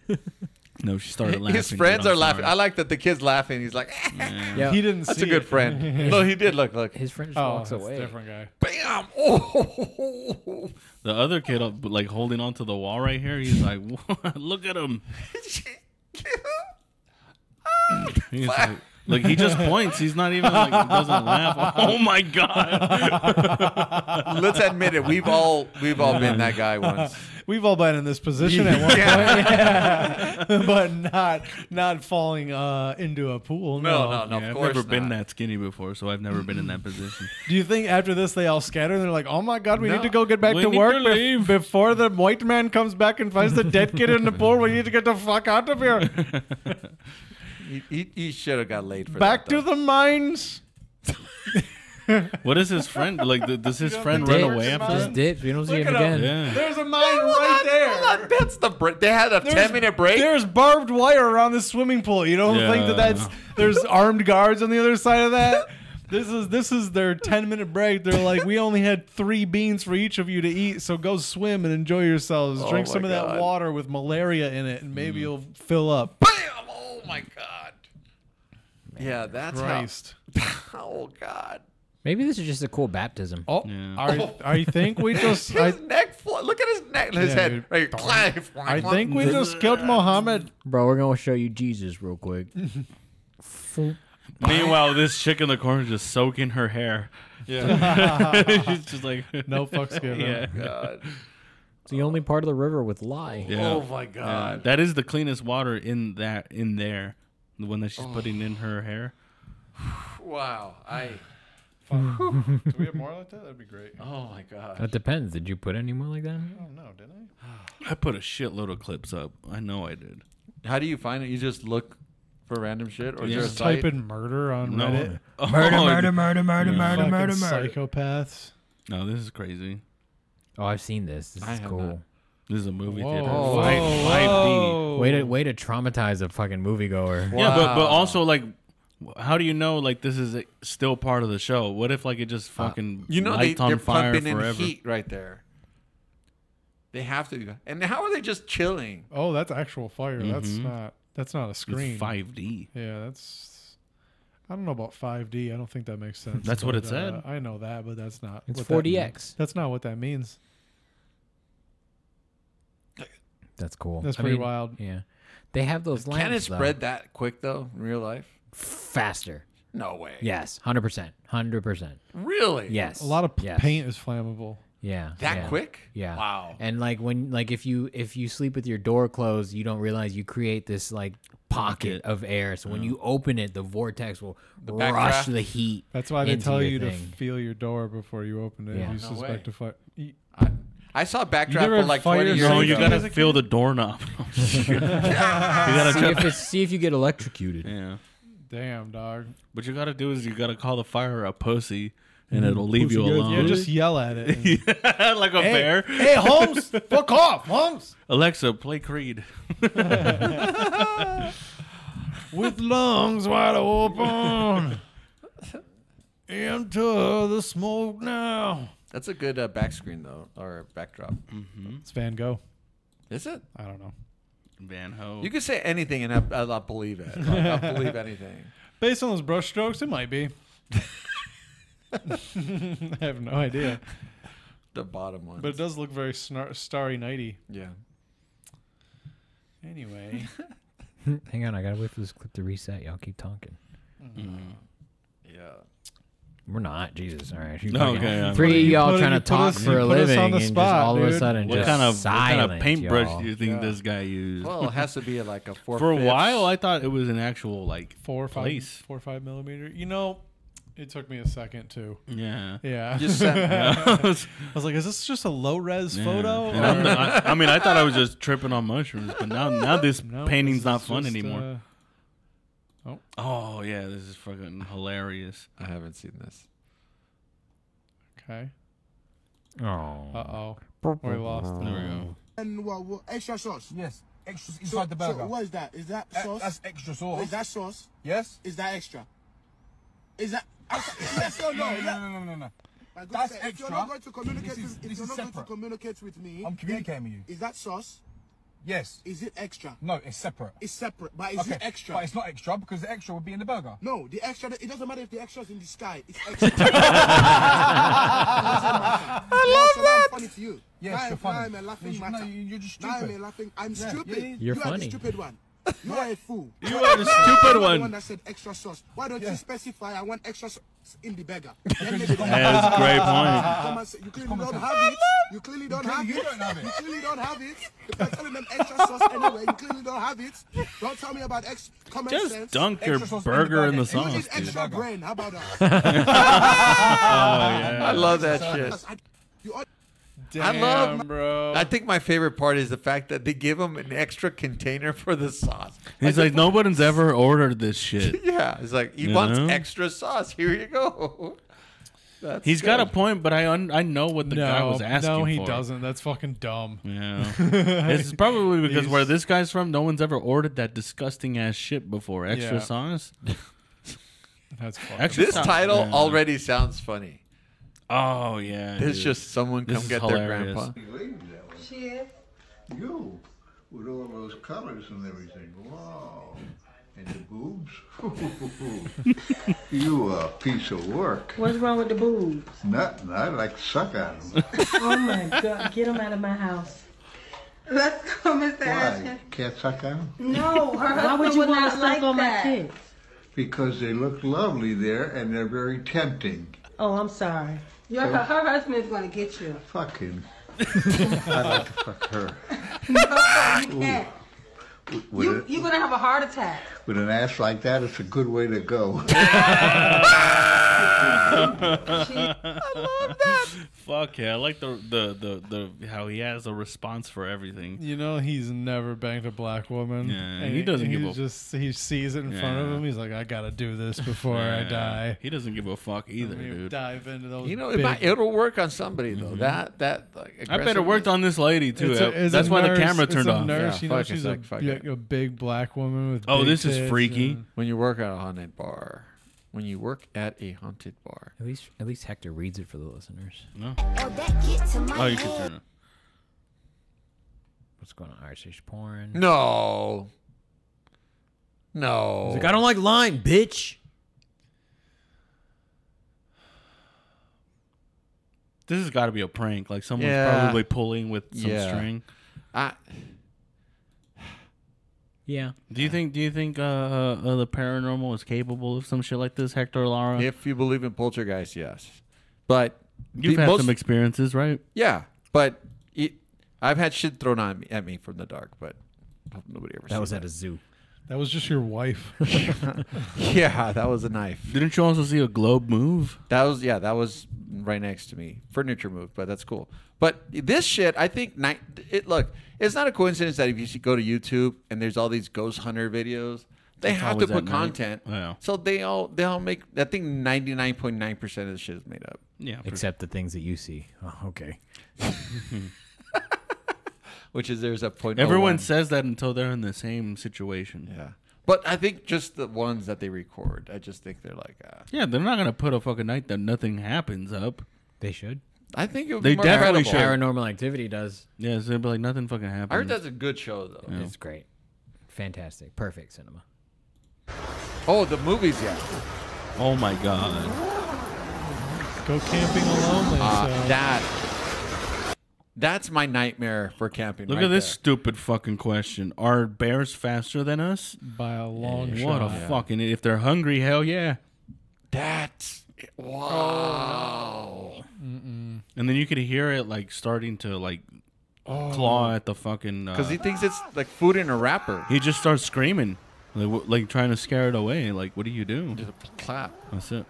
[SPEAKER 3] No, she started laughing.
[SPEAKER 2] His
[SPEAKER 3] dude,
[SPEAKER 2] friends
[SPEAKER 3] I'm
[SPEAKER 2] are laughing.
[SPEAKER 3] sorry.
[SPEAKER 2] I like that the kid's laughing. He's like, "Eh,
[SPEAKER 1] Yeah.
[SPEAKER 4] He didn't.
[SPEAKER 2] "That's
[SPEAKER 4] see
[SPEAKER 2] a good
[SPEAKER 4] it.
[SPEAKER 2] friend." no, he did look. Look,
[SPEAKER 1] His friend just
[SPEAKER 4] Oh,
[SPEAKER 1] walks
[SPEAKER 4] that's a
[SPEAKER 1] away.
[SPEAKER 4] different guy.
[SPEAKER 2] bam! Oh,
[SPEAKER 3] The other kid, uh, like holding onto the wall right here, he's like, "What? look at him. He's like, like, he just points. He's not even like doesn't laugh. Oh my god!
[SPEAKER 2] let's admit it. We've all we've all been that guy once.
[SPEAKER 4] We've all been in this position at one point, but not not falling uh, into a pool. No.
[SPEAKER 2] No, no, no.
[SPEAKER 3] Yeah,
[SPEAKER 2] of
[SPEAKER 3] I've
[SPEAKER 2] course
[SPEAKER 3] never been
[SPEAKER 2] not.
[SPEAKER 3] that skinny before, so I've never been in that position.
[SPEAKER 4] Do you think after this they all scatter and they're like, "Oh my God, we
[SPEAKER 2] No.
[SPEAKER 4] need to go get back
[SPEAKER 3] We
[SPEAKER 4] to
[SPEAKER 3] need
[SPEAKER 4] work
[SPEAKER 3] to
[SPEAKER 4] bef-
[SPEAKER 3] leave."
[SPEAKER 4] before the white man comes back and finds the dead kid in the pool? We need to get the fuck out of here.
[SPEAKER 2] He, he, he should have got laid for
[SPEAKER 4] back
[SPEAKER 2] that.
[SPEAKER 4] to
[SPEAKER 2] though.
[SPEAKER 4] the mines."
[SPEAKER 3] What is his friend like? th- Does his friend run
[SPEAKER 1] Dips,
[SPEAKER 3] away
[SPEAKER 4] Dick.
[SPEAKER 3] after?
[SPEAKER 1] just
[SPEAKER 3] This?
[SPEAKER 1] dips. We don't see
[SPEAKER 4] Look
[SPEAKER 1] him
[SPEAKER 4] at him.
[SPEAKER 1] again.
[SPEAKER 3] Yeah.
[SPEAKER 4] There's a mine
[SPEAKER 2] Well,
[SPEAKER 4] right
[SPEAKER 2] that-
[SPEAKER 4] there.
[SPEAKER 2] well, that- that's the break. They had a ten minute break.
[SPEAKER 4] There's barbed wire around this swimming pool. You don't think that
[SPEAKER 3] Yeah.
[SPEAKER 4] that's there's armed guards on the other side of that. This is this is their 10 minute break. They're like, we only had three beans for each of you to eat, so go swim and enjoy yourselves.
[SPEAKER 2] Oh
[SPEAKER 4] Drink
[SPEAKER 2] my
[SPEAKER 4] some of that
[SPEAKER 2] God.
[SPEAKER 4] water with malaria in it, and maybe you'll fill up.
[SPEAKER 2] Bam! Oh my god. yeah, that's
[SPEAKER 4] Christ.
[SPEAKER 2] how. Oh god.
[SPEAKER 1] Maybe this is just a cool baptism.
[SPEAKER 4] Oh,
[SPEAKER 3] Yeah.
[SPEAKER 4] I, I think we just
[SPEAKER 2] His
[SPEAKER 4] I,
[SPEAKER 2] neck. Flo- look at his neck. His
[SPEAKER 4] Yeah,
[SPEAKER 2] head.
[SPEAKER 4] dude.
[SPEAKER 2] Right here.
[SPEAKER 4] I think
[SPEAKER 2] Oh,
[SPEAKER 4] we just killed Mohammed.
[SPEAKER 1] Bro, we're gonna show you Jesus real quick.
[SPEAKER 3] Meanwhile, this chick in the corner is just soaking her hair. Yeah, she's just like,
[SPEAKER 4] No fucks given.
[SPEAKER 3] yeah.
[SPEAKER 2] God.
[SPEAKER 1] It's the only part of the river with lie.
[SPEAKER 3] Yeah.
[SPEAKER 2] Oh my
[SPEAKER 3] Yeah,
[SPEAKER 2] god.
[SPEAKER 3] Uh, that is the cleanest water in that in there, the one that she's putting in her hair.
[SPEAKER 2] Wow. I.
[SPEAKER 4] Fun. Do we have more like that? That'd be great. I
[SPEAKER 2] Oh my god.
[SPEAKER 1] That depends. Did you put any more like that?
[SPEAKER 4] don't know, did I?
[SPEAKER 3] I put a shitload of clips up. I know I did.
[SPEAKER 2] How do you find it? You just look for random shit, or is
[SPEAKER 3] You
[SPEAKER 2] there a
[SPEAKER 3] just
[SPEAKER 2] site?
[SPEAKER 4] Type in murder on
[SPEAKER 3] No,
[SPEAKER 4] Reddit.
[SPEAKER 3] Oh,
[SPEAKER 1] murder, murder,
[SPEAKER 3] Yeah.
[SPEAKER 4] Fucking psychopaths.
[SPEAKER 3] No, this is crazy.
[SPEAKER 1] Oh, I've seen this. This
[SPEAKER 2] I
[SPEAKER 1] is
[SPEAKER 2] have
[SPEAKER 1] cool.
[SPEAKER 2] not.
[SPEAKER 3] This is a movie
[SPEAKER 4] Whoa,
[SPEAKER 3] theater.
[SPEAKER 2] Oh,
[SPEAKER 4] whoa,
[SPEAKER 3] Five- 5D.
[SPEAKER 1] Way to way to traumatize a fucking moviegoer.
[SPEAKER 3] Yeah, but but
[SPEAKER 2] Wow.
[SPEAKER 3] also like, wh- how do you know like this is like, still part of the show? What if like it just fucking
[SPEAKER 2] You know they,
[SPEAKER 3] lights on
[SPEAKER 2] they're
[SPEAKER 3] fire
[SPEAKER 2] pumping
[SPEAKER 3] forever?
[SPEAKER 2] in heat right there. They have to. And how are they just chilling?
[SPEAKER 4] Oh, that's actual fire. That's
[SPEAKER 3] Mhm.
[SPEAKER 4] not. That's not a screen.
[SPEAKER 3] It's 5D.
[SPEAKER 4] Yeah, that's. I don't know about 5D. I don't think that makes sense.
[SPEAKER 3] That's what
[SPEAKER 4] but,
[SPEAKER 3] it said.
[SPEAKER 4] uh, I know that, but that's not.
[SPEAKER 1] It's
[SPEAKER 4] what that
[SPEAKER 1] 4DX.
[SPEAKER 4] means. That's not what that means.
[SPEAKER 1] That's cool.
[SPEAKER 4] That's
[SPEAKER 1] I
[SPEAKER 4] pretty
[SPEAKER 1] mean,
[SPEAKER 4] wild.
[SPEAKER 1] Yeah, they have those lamps.
[SPEAKER 2] Can it
[SPEAKER 1] though.
[SPEAKER 2] spread that quick though in real life?
[SPEAKER 1] faster?
[SPEAKER 2] No way.
[SPEAKER 1] Yes, hundred percent, hundred percent.
[SPEAKER 2] Really?
[SPEAKER 1] Yes,
[SPEAKER 4] A lot of p-
[SPEAKER 1] yes.
[SPEAKER 4] paint is flammable.
[SPEAKER 1] Yeah,
[SPEAKER 2] That
[SPEAKER 1] yeah.
[SPEAKER 2] quick?
[SPEAKER 1] Yeah.
[SPEAKER 2] Wow.
[SPEAKER 1] And like when like if you if you sleep with your door closed, you don't realize you create this like pocket of air. So when you open it, the vortex will rush
[SPEAKER 2] backdraft?
[SPEAKER 1] the heat.
[SPEAKER 4] That's why they
[SPEAKER 1] into
[SPEAKER 4] tell
[SPEAKER 1] your
[SPEAKER 4] you
[SPEAKER 1] thing.
[SPEAKER 4] to feel your door before you open it.
[SPEAKER 1] Yeah.
[SPEAKER 4] if You
[SPEAKER 2] No
[SPEAKER 4] suspect
[SPEAKER 2] way.
[SPEAKER 4] a fire. You-
[SPEAKER 2] I saw backdraft
[SPEAKER 4] never
[SPEAKER 2] for
[SPEAKER 4] had
[SPEAKER 2] like
[SPEAKER 4] fire
[SPEAKER 2] 20 years
[SPEAKER 3] No,
[SPEAKER 4] Sure,
[SPEAKER 3] Oh, you
[SPEAKER 4] though.
[SPEAKER 2] ago.
[SPEAKER 3] gotta feel the doorknob. you gotta
[SPEAKER 1] see
[SPEAKER 3] try-
[SPEAKER 1] if it's, see if you get electrocuted.
[SPEAKER 3] Yeah.
[SPEAKER 4] Damn, dog.
[SPEAKER 3] What you gotta do is you gotta call the fire a pussy,
[SPEAKER 4] Mm,
[SPEAKER 3] and it'll leave you
[SPEAKER 1] guys,
[SPEAKER 3] alone.
[SPEAKER 4] Yeah, just yell at it. and-
[SPEAKER 3] like a bear.
[SPEAKER 4] hey, Holmes, fuck off, Holmes.
[SPEAKER 3] Alexa, play Creed.
[SPEAKER 4] With lungs wide open. Into the smoke now.
[SPEAKER 2] That's a good uh, back screen though, or backdrop.
[SPEAKER 4] It's Van Gogh.
[SPEAKER 2] Is it?
[SPEAKER 4] I don't know.
[SPEAKER 3] Van Ho.
[SPEAKER 2] You could say anything and I, I'll believe it. I'll I'll believe anything.
[SPEAKER 4] Based on those brush strokes, it might be. I have no idea.
[SPEAKER 2] The bottom one.
[SPEAKER 4] But it does look very snar- starry nighty.
[SPEAKER 2] yeah.
[SPEAKER 4] Anyway.
[SPEAKER 1] Hang on, I gotta wait for this clip to reset. Y'all keep talking.
[SPEAKER 2] Yeah.
[SPEAKER 1] We're not. Jesus. All right. You
[SPEAKER 3] No,
[SPEAKER 1] fucking-
[SPEAKER 3] okay, I'm-
[SPEAKER 1] Three
[SPEAKER 4] You
[SPEAKER 1] of y'all
[SPEAKER 4] put-
[SPEAKER 1] trying
[SPEAKER 4] you
[SPEAKER 1] to
[SPEAKER 4] put
[SPEAKER 1] talk
[SPEAKER 4] us- you
[SPEAKER 1] for a
[SPEAKER 4] put us on
[SPEAKER 1] living,
[SPEAKER 4] the
[SPEAKER 1] and
[SPEAKER 4] spot,
[SPEAKER 1] just all of a
[SPEAKER 4] dude.
[SPEAKER 1] sudden,
[SPEAKER 3] what
[SPEAKER 1] just
[SPEAKER 3] kind of
[SPEAKER 1] silent,
[SPEAKER 3] what kind of paintbrush
[SPEAKER 1] y'all.
[SPEAKER 3] do you think
[SPEAKER 4] Yeah.
[SPEAKER 3] this guy used?
[SPEAKER 2] Well, it has to be like a four.
[SPEAKER 3] For a while, I thought it was an actual like
[SPEAKER 4] Four or five,
[SPEAKER 3] Place.
[SPEAKER 4] four or five millimeter. You know, it took me a second too.
[SPEAKER 3] yeah.
[SPEAKER 4] Yeah.
[SPEAKER 2] just sent,
[SPEAKER 3] I was-
[SPEAKER 4] I was like, is this just a low res
[SPEAKER 3] yeah.
[SPEAKER 4] photo?
[SPEAKER 3] And I'm
[SPEAKER 4] or-
[SPEAKER 3] the- I, I mean, I thought I was just tripping on mushrooms, but now now this
[SPEAKER 4] No, this
[SPEAKER 3] painting's
[SPEAKER 4] is
[SPEAKER 3] not fun
[SPEAKER 4] just,
[SPEAKER 3] anymore.
[SPEAKER 4] uh,
[SPEAKER 3] oh yeah, this is fucking hilarious.
[SPEAKER 2] I haven't seen this.
[SPEAKER 4] okay. Uh
[SPEAKER 1] Oh.
[SPEAKER 4] oh. We lost
[SPEAKER 3] There we
[SPEAKER 4] them.
[SPEAKER 3] go.
[SPEAKER 5] And what, what, extra sauce?
[SPEAKER 6] Yes, extras
[SPEAKER 5] So,
[SPEAKER 6] inside the burger.
[SPEAKER 5] so what is that? Is that
[SPEAKER 6] That-
[SPEAKER 5] sauce?
[SPEAKER 6] That's extra sauce.
[SPEAKER 5] Is that sauce?
[SPEAKER 6] yes?
[SPEAKER 5] Is that extra? Is that? yes or no?
[SPEAKER 6] No,
[SPEAKER 5] Is that-
[SPEAKER 6] no, no, no, no.
[SPEAKER 5] My good
[SPEAKER 6] That's
[SPEAKER 5] sir, If you're
[SPEAKER 6] extra.
[SPEAKER 5] not going to communicate,
[SPEAKER 6] This is-
[SPEAKER 5] with, if
[SPEAKER 6] this
[SPEAKER 5] you're
[SPEAKER 6] is
[SPEAKER 5] not going
[SPEAKER 6] separate.
[SPEAKER 5] to communicate with me,
[SPEAKER 6] I'm communicating with you.
[SPEAKER 5] Is that sauce?
[SPEAKER 6] Yes.
[SPEAKER 5] Is it extra?
[SPEAKER 6] No, it's separate.
[SPEAKER 5] It's separate, but is it extra?
[SPEAKER 6] But it's not extra because the extra would be in the burger.
[SPEAKER 5] no, the extra. It doesn't matter if the extra's in the sky. It's extra. It doesn't matter. I love that. I'm funny to you.
[SPEAKER 6] Yes, you're
[SPEAKER 5] now, I'm-
[SPEAKER 6] funny.
[SPEAKER 5] Now I'm a laughing
[SPEAKER 6] No, you-
[SPEAKER 5] matter.
[SPEAKER 6] no, you- you're just
[SPEAKER 5] Now I'm a
[SPEAKER 6] stupid.
[SPEAKER 5] laughing. I'm
[SPEAKER 6] Yeah,
[SPEAKER 5] stupid.
[SPEAKER 6] yeah, yeah.
[SPEAKER 1] You're
[SPEAKER 5] you are the
[SPEAKER 1] funny.
[SPEAKER 5] stupid one. You are a fool.
[SPEAKER 3] You are the stupid
[SPEAKER 5] I'm the
[SPEAKER 3] one.
[SPEAKER 5] that said extra sauce. Why don't
[SPEAKER 6] Yeah.
[SPEAKER 5] you specify I want extra sauce in the burger?
[SPEAKER 3] That's a great point.
[SPEAKER 5] "Ah, Come and say- you clearly
[SPEAKER 6] common
[SPEAKER 5] don't
[SPEAKER 6] sense.
[SPEAKER 5] have it. You clearly don't have
[SPEAKER 6] you
[SPEAKER 5] it.
[SPEAKER 6] don't have it.
[SPEAKER 5] You clearly don't have it. If you're telling them extra sauce anyway, you clearly don't have it. Don't tell me about ex- common
[SPEAKER 3] Just
[SPEAKER 5] sense.
[SPEAKER 3] dunk your
[SPEAKER 6] Extra sauce in the
[SPEAKER 3] burger in
[SPEAKER 6] bucket.
[SPEAKER 3] the
[SPEAKER 5] You need
[SPEAKER 3] sauce, dude.
[SPEAKER 5] extra
[SPEAKER 6] dude.
[SPEAKER 5] brain. How about that?
[SPEAKER 3] Oh,
[SPEAKER 2] I love that shit.
[SPEAKER 5] Because I- you all-
[SPEAKER 4] Damn,
[SPEAKER 2] love my-
[SPEAKER 4] bro.
[SPEAKER 2] I think my favorite part is the fact that they give him an extra container for the sauce.
[SPEAKER 3] He's like, no one's ever ordered this shit.
[SPEAKER 2] Yeah, it's like he
[SPEAKER 3] You
[SPEAKER 2] wants
[SPEAKER 3] know?
[SPEAKER 2] extra sauce. Here you go. That's
[SPEAKER 3] He's got a
[SPEAKER 2] good.
[SPEAKER 3] point, but I un- I know what the
[SPEAKER 4] no,
[SPEAKER 3] guy was asking
[SPEAKER 4] no, he
[SPEAKER 3] for.
[SPEAKER 4] doesn't. That's fucking dumb.
[SPEAKER 3] Yeah, it's probably because
[SPEAKER 4] These-
[SPEAKER 3] where this guy's from, no one's ever ordered that disgusting ass shit before. Extra
[SPEAKER 4] Yeah.
[SPEAKER 3] sauce.
[SPEAKER 4] That's fucking
[SPEAKER 3] Actually-
[SPEAKER 2] This
[SPEAKER 3] Yeah.
[SPEAKER 2] title
[SPEAKER 3] Yeah.
[SPEAKER 2] already sounds funny.
[SPEAKER 3] Oh yeah,
[SPEAKER 2] It's
[SPEAKER 3] dude.
[SPEAKER 2] just someone
[SPEAKER 3] This
[SPEAKER 2] come
[SPEAKER 3] is
[SPEAKER 2] get
[SPEAKER 3] hilarious.
[SPEAKER 2] their grandpa.
[SPEAKER 7] She is.
[SPEAKER 8] You, with all those colors and everything. Wow. And the boobs? you are a piece of work.
[SPEAKER 7] What's wrong with the boobs?
[SPEAKER 8] Nothing. I like to suck on them.
[SPEAKER 7] Oh my God! Get them out of my house. Let's go, Mr.
[SPEAKER 8] Why? Can't suck on them?
[SPEAKER 7] No, her
[SPEAKER 9] Why
[SPEAKER 7] husband
[SPEAKER 9] would you
[SPEAKER 7] would
[SPEAKER 9] want
[SPEAKER 7] not
[SPEAKER 9] to
[SPEAKER 7] like
[SPEAKER 9] suck on my
[SPEAKER 7] that.
[SPEAKER 9] kids?
[SPEAKER 8] Because they look lovely there and they're very tempting.
[SPEAKER 9] Oh, I'm sorry.
[SPEAKER 7] Your, her, her husband's gonna get you.
[SPEAKER 8] Fucking I'd like to fuck her
[SPEAKER 7] You can't.
[SPEAKER 8] with, with,
[SPEAKER 7] You,
[SPEAKER 8] a-
[SPEAKER 7] you're gonna have a heart attack.
[SPEAKER 8] with an ass like that. It's a good way to go.
[SPEAKER 3] Fuck yeah! I like the, the the the how he has a response for everything.
[SPEAKER 4] You know he's never banged a black woman.
[SPEAKER 3] Yeah, he doesn't
[SPEAKER 4] he
[SPEAKER 3] give a-
[SPEAKER 4] just he sees it in front of
[SPEAKER 3] Yeah.
[SPEAKER 4] him. He's like, I gotta do this before I
[SPEAKER 3] Yeah.
[SPEAKER 4] die.
[SPEAKER 3] He doesn't give a fuck either,
[SPEAKER 4] You
[SPEAKER 3] dude.
[SPEAKER 4] dive into those.
[SPEAKER 2] You know, it
[SPEAKER 4] big,
[SPEAKER 2] might, it'll work on somebody though. That that like,
[SPEAKER 3] Mm-hmm. I bet it worked on this lady too. uh,
[SPEAKER 4] It's a- it's
[SPEAKER 3] That's
[SPEAKER 4] a
[SPEAKER 3] why
[SPEAKER 4] nurse-
[SPEAKER 3] the camera
[SPEAKER 4] it's
[SPEAKER 3] turned
[SPEAKER 4] a
[SPEAKER 3] off.
[SPEAKER 4] Nurse,
[SPEAKER 2] Yeah,
[SPEAKER 4] you know,
[SPEAKER 2] fuck it,
[SPEAKER 4] she's a,
[SPEAKER 2] like, fuck
[SPEAKER 4] yeah,
[SPEAKER 2] it.
[SPEAKER 4] a big black woman with.
[SPEAKER 3] Oh,
[SPEAKER 4] big
[SPEAKER 3] this is
[SPEAKER 4] tits
[SPEAKER 3] freaky.
[SPEAKER 4] and-
[SPEAKER 2] when you work at a haunted bar. When you work at a haunted bar.
[SPEAKER 1] At least, at least Hector reads it for the listeners.
[SPEAKER 9] Oh, that get to my
[SPEAKER 3] Oh, you can
[SPEAKER 9] head.
[SPEAKER 3] turn it.
[SPEAKER 1] What's going on? Irish porn.
[SPEAKER 2] No. No.
[SPEAKER 1] He's like, I don't like lime, bitch.
[SPEAKER 3] This has got to be a prank. Like someone's
[SPEAKER 2] Yeah.
[SPEAKER 3] probably pulling with some
[SPEAKER 2] Yeah.
[SPEAKER 3] string.
[SPEAKER 2] I-
[SPEAKER 1] Yeah.
[SPEAKER 3] Do you think? Do you think uh, uh, uh, the paranormal is capable of some shit like this, Hector Lara?
[SPEAKER 2] if you believe in poltergeist, yes. But
[SPEAKER 3] You've
[SPEAKER 2] the
[SPEAKER 3] had
[SPEAKER 2] most-
[SPEAKER 3] some experiences, right?
[SPEAKER 2] Yeah, but it, I've had shit thrown on me, at me from the dark, but nobody ever.
[SPEAKER 1] That
[SPEAKER 2] seen
[SPEAKER 1] was at a zoo.
[SPEAKER 4] That was just your wife.
[SPEAKER 2] Yeah, that was a knife.
[SPEAKER 3] Didn't you also see a globe move?
[SPEAKER 2] That was yeah, that was right next to me. Furniture moved, but that's cool. But this shit, I think ni- it. Look, it's not a coincidence that if you see- go to YouTube and there's all these ghost hunter videos. They
[SPEAKER 3] It's
[SPEAKER 2] have to
[SPEAKER 3] always at
[SPEAKER 2] put
[SPEAKER 3] night.
[SPEAKER 2] content,
[SPEAKER 3] Yeah.
[SPEAKER 2] so they all they all make. I think ninety nine point nine percent of the shit is made up.
[SPEAKER 3] Yeah.
[SPEAKER 1] Except the things that you see. Oh, okay.
[SPEAKER 2] Which is there's a point. oh
[SPEAKER 3] Everyone says that until they're in the same situation.
[SPEAKER 2] yeah, but I think just the ones that they record. I just think they're like, uh,
[SPEAKER 3] Yeah, they're not gonna put a fucking night that nothing happens up.
[SPEAKER 1] They should.
[SPEAKER 2] I think it would
[SPEAKER 3] They
[SPEAKER 2] be more
[SPEAKER 3] definitely
[SPEAKER 2] credible.
[SPEAKER 3] should.
[SPEAKER 1] Paranormal activity does.
[SPEAKER 3] Yeah, so they'll be like nothing fucking happens.
[SPEAKER 2] I heard that's a good show though.
[SPEAKER 1] It's great. Fantastic. Perfect cinema.
[SPEAKER 2] Oh, the movies, yeah.
[SPEAKER 3] Oh my god.
[SPEAKER 4] Go camping alone. They
[SPEAKER 2] Uh,
[SPEAKER 3] Ah.
[SPEAKER 4] said.
[SPEAKER 2] That that's my nightmare for camping.
[SPEAKER 3] Look
[SPEAKER 2] right
[SPEAKER 3] at this
[SPEAKER 2] there.
[SPEAKER 3] stupid fucking question. Are bears faster than us?
[SPEAKER 4] by a long
[SPEAKER 3] What
[SPEAKER 4] shot.
[SPEAKER 3] a fucking if they're hungry, hell yeah.
[SPEAKER 2] That's wow.
[SPEAKER 3] And then you could hear it like starting to like Oh. claw at the fucking. Uh,
[SPEAKER 2] Because he thinks it's like food in a wrapper.
[SPEAKER 3] he just starts screaming, like, wh- like trying to scare it away. Like, what do you do?
[SPEAKER 2] Just clap.
[SPEAKER 3] That's it.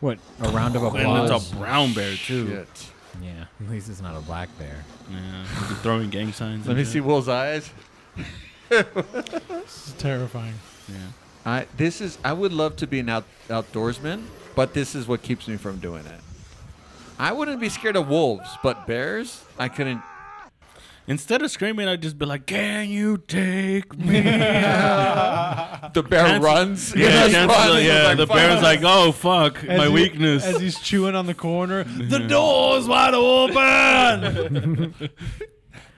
[SPEAKER 1] What? A round of
[SPEAKER 3] And
[SPEAKER 1] applause.
[SPEAKER 3] it's a brown bear too.
[SPEAKER 2] Shit.
[SPEAKER 1] yeah. At least it's not a black bear.
[SPEAKER 3] Yeah, he's throwing gang signs.
[SPEAKER 2] Let
[SPEAKER 3] and
[SPEAKER 2] me see
[SPEAKER 3] shit.
[SPEAKER 2] Will's eyes.
[SPEAKER 4] This is terrifying.
[SPEAKER 2] I this is I would love to be an out, outdoorsman, but this is what keeps me from doing it. I wouldn't be scared of wolves, but bears, I couldn't.
[SPEAKER 3] Instead of screaming, I'd just be like, "Can you take me?"
[SPEAKER 2] The bear
[SPEAKER 3] That's-
[SPEAKER 2] runs. He
[SPEAKER 3] Yeah,
[SPEAKER 2] just
[SPEAKER 3] that's
[SPEAKER 2] runs.
[SPEAKER 3] the,
[SPEAKER 2] He's
[SPEAKER 3] yeah,
[SPEAKER 2] like,
[SPEAKER 3] the
[SPEAKER 2] "Fuck."
[SPEAKER 3] bear's like, oh fuck,
[SPEAKER 4] As
[SPEAKER 3] my
[SPEAKER 4] he-
[SPEAKER 3] weakness.
[SPEAKER 4] As he's chewing on the corner,
[SPEAKER 3] the door's wide open.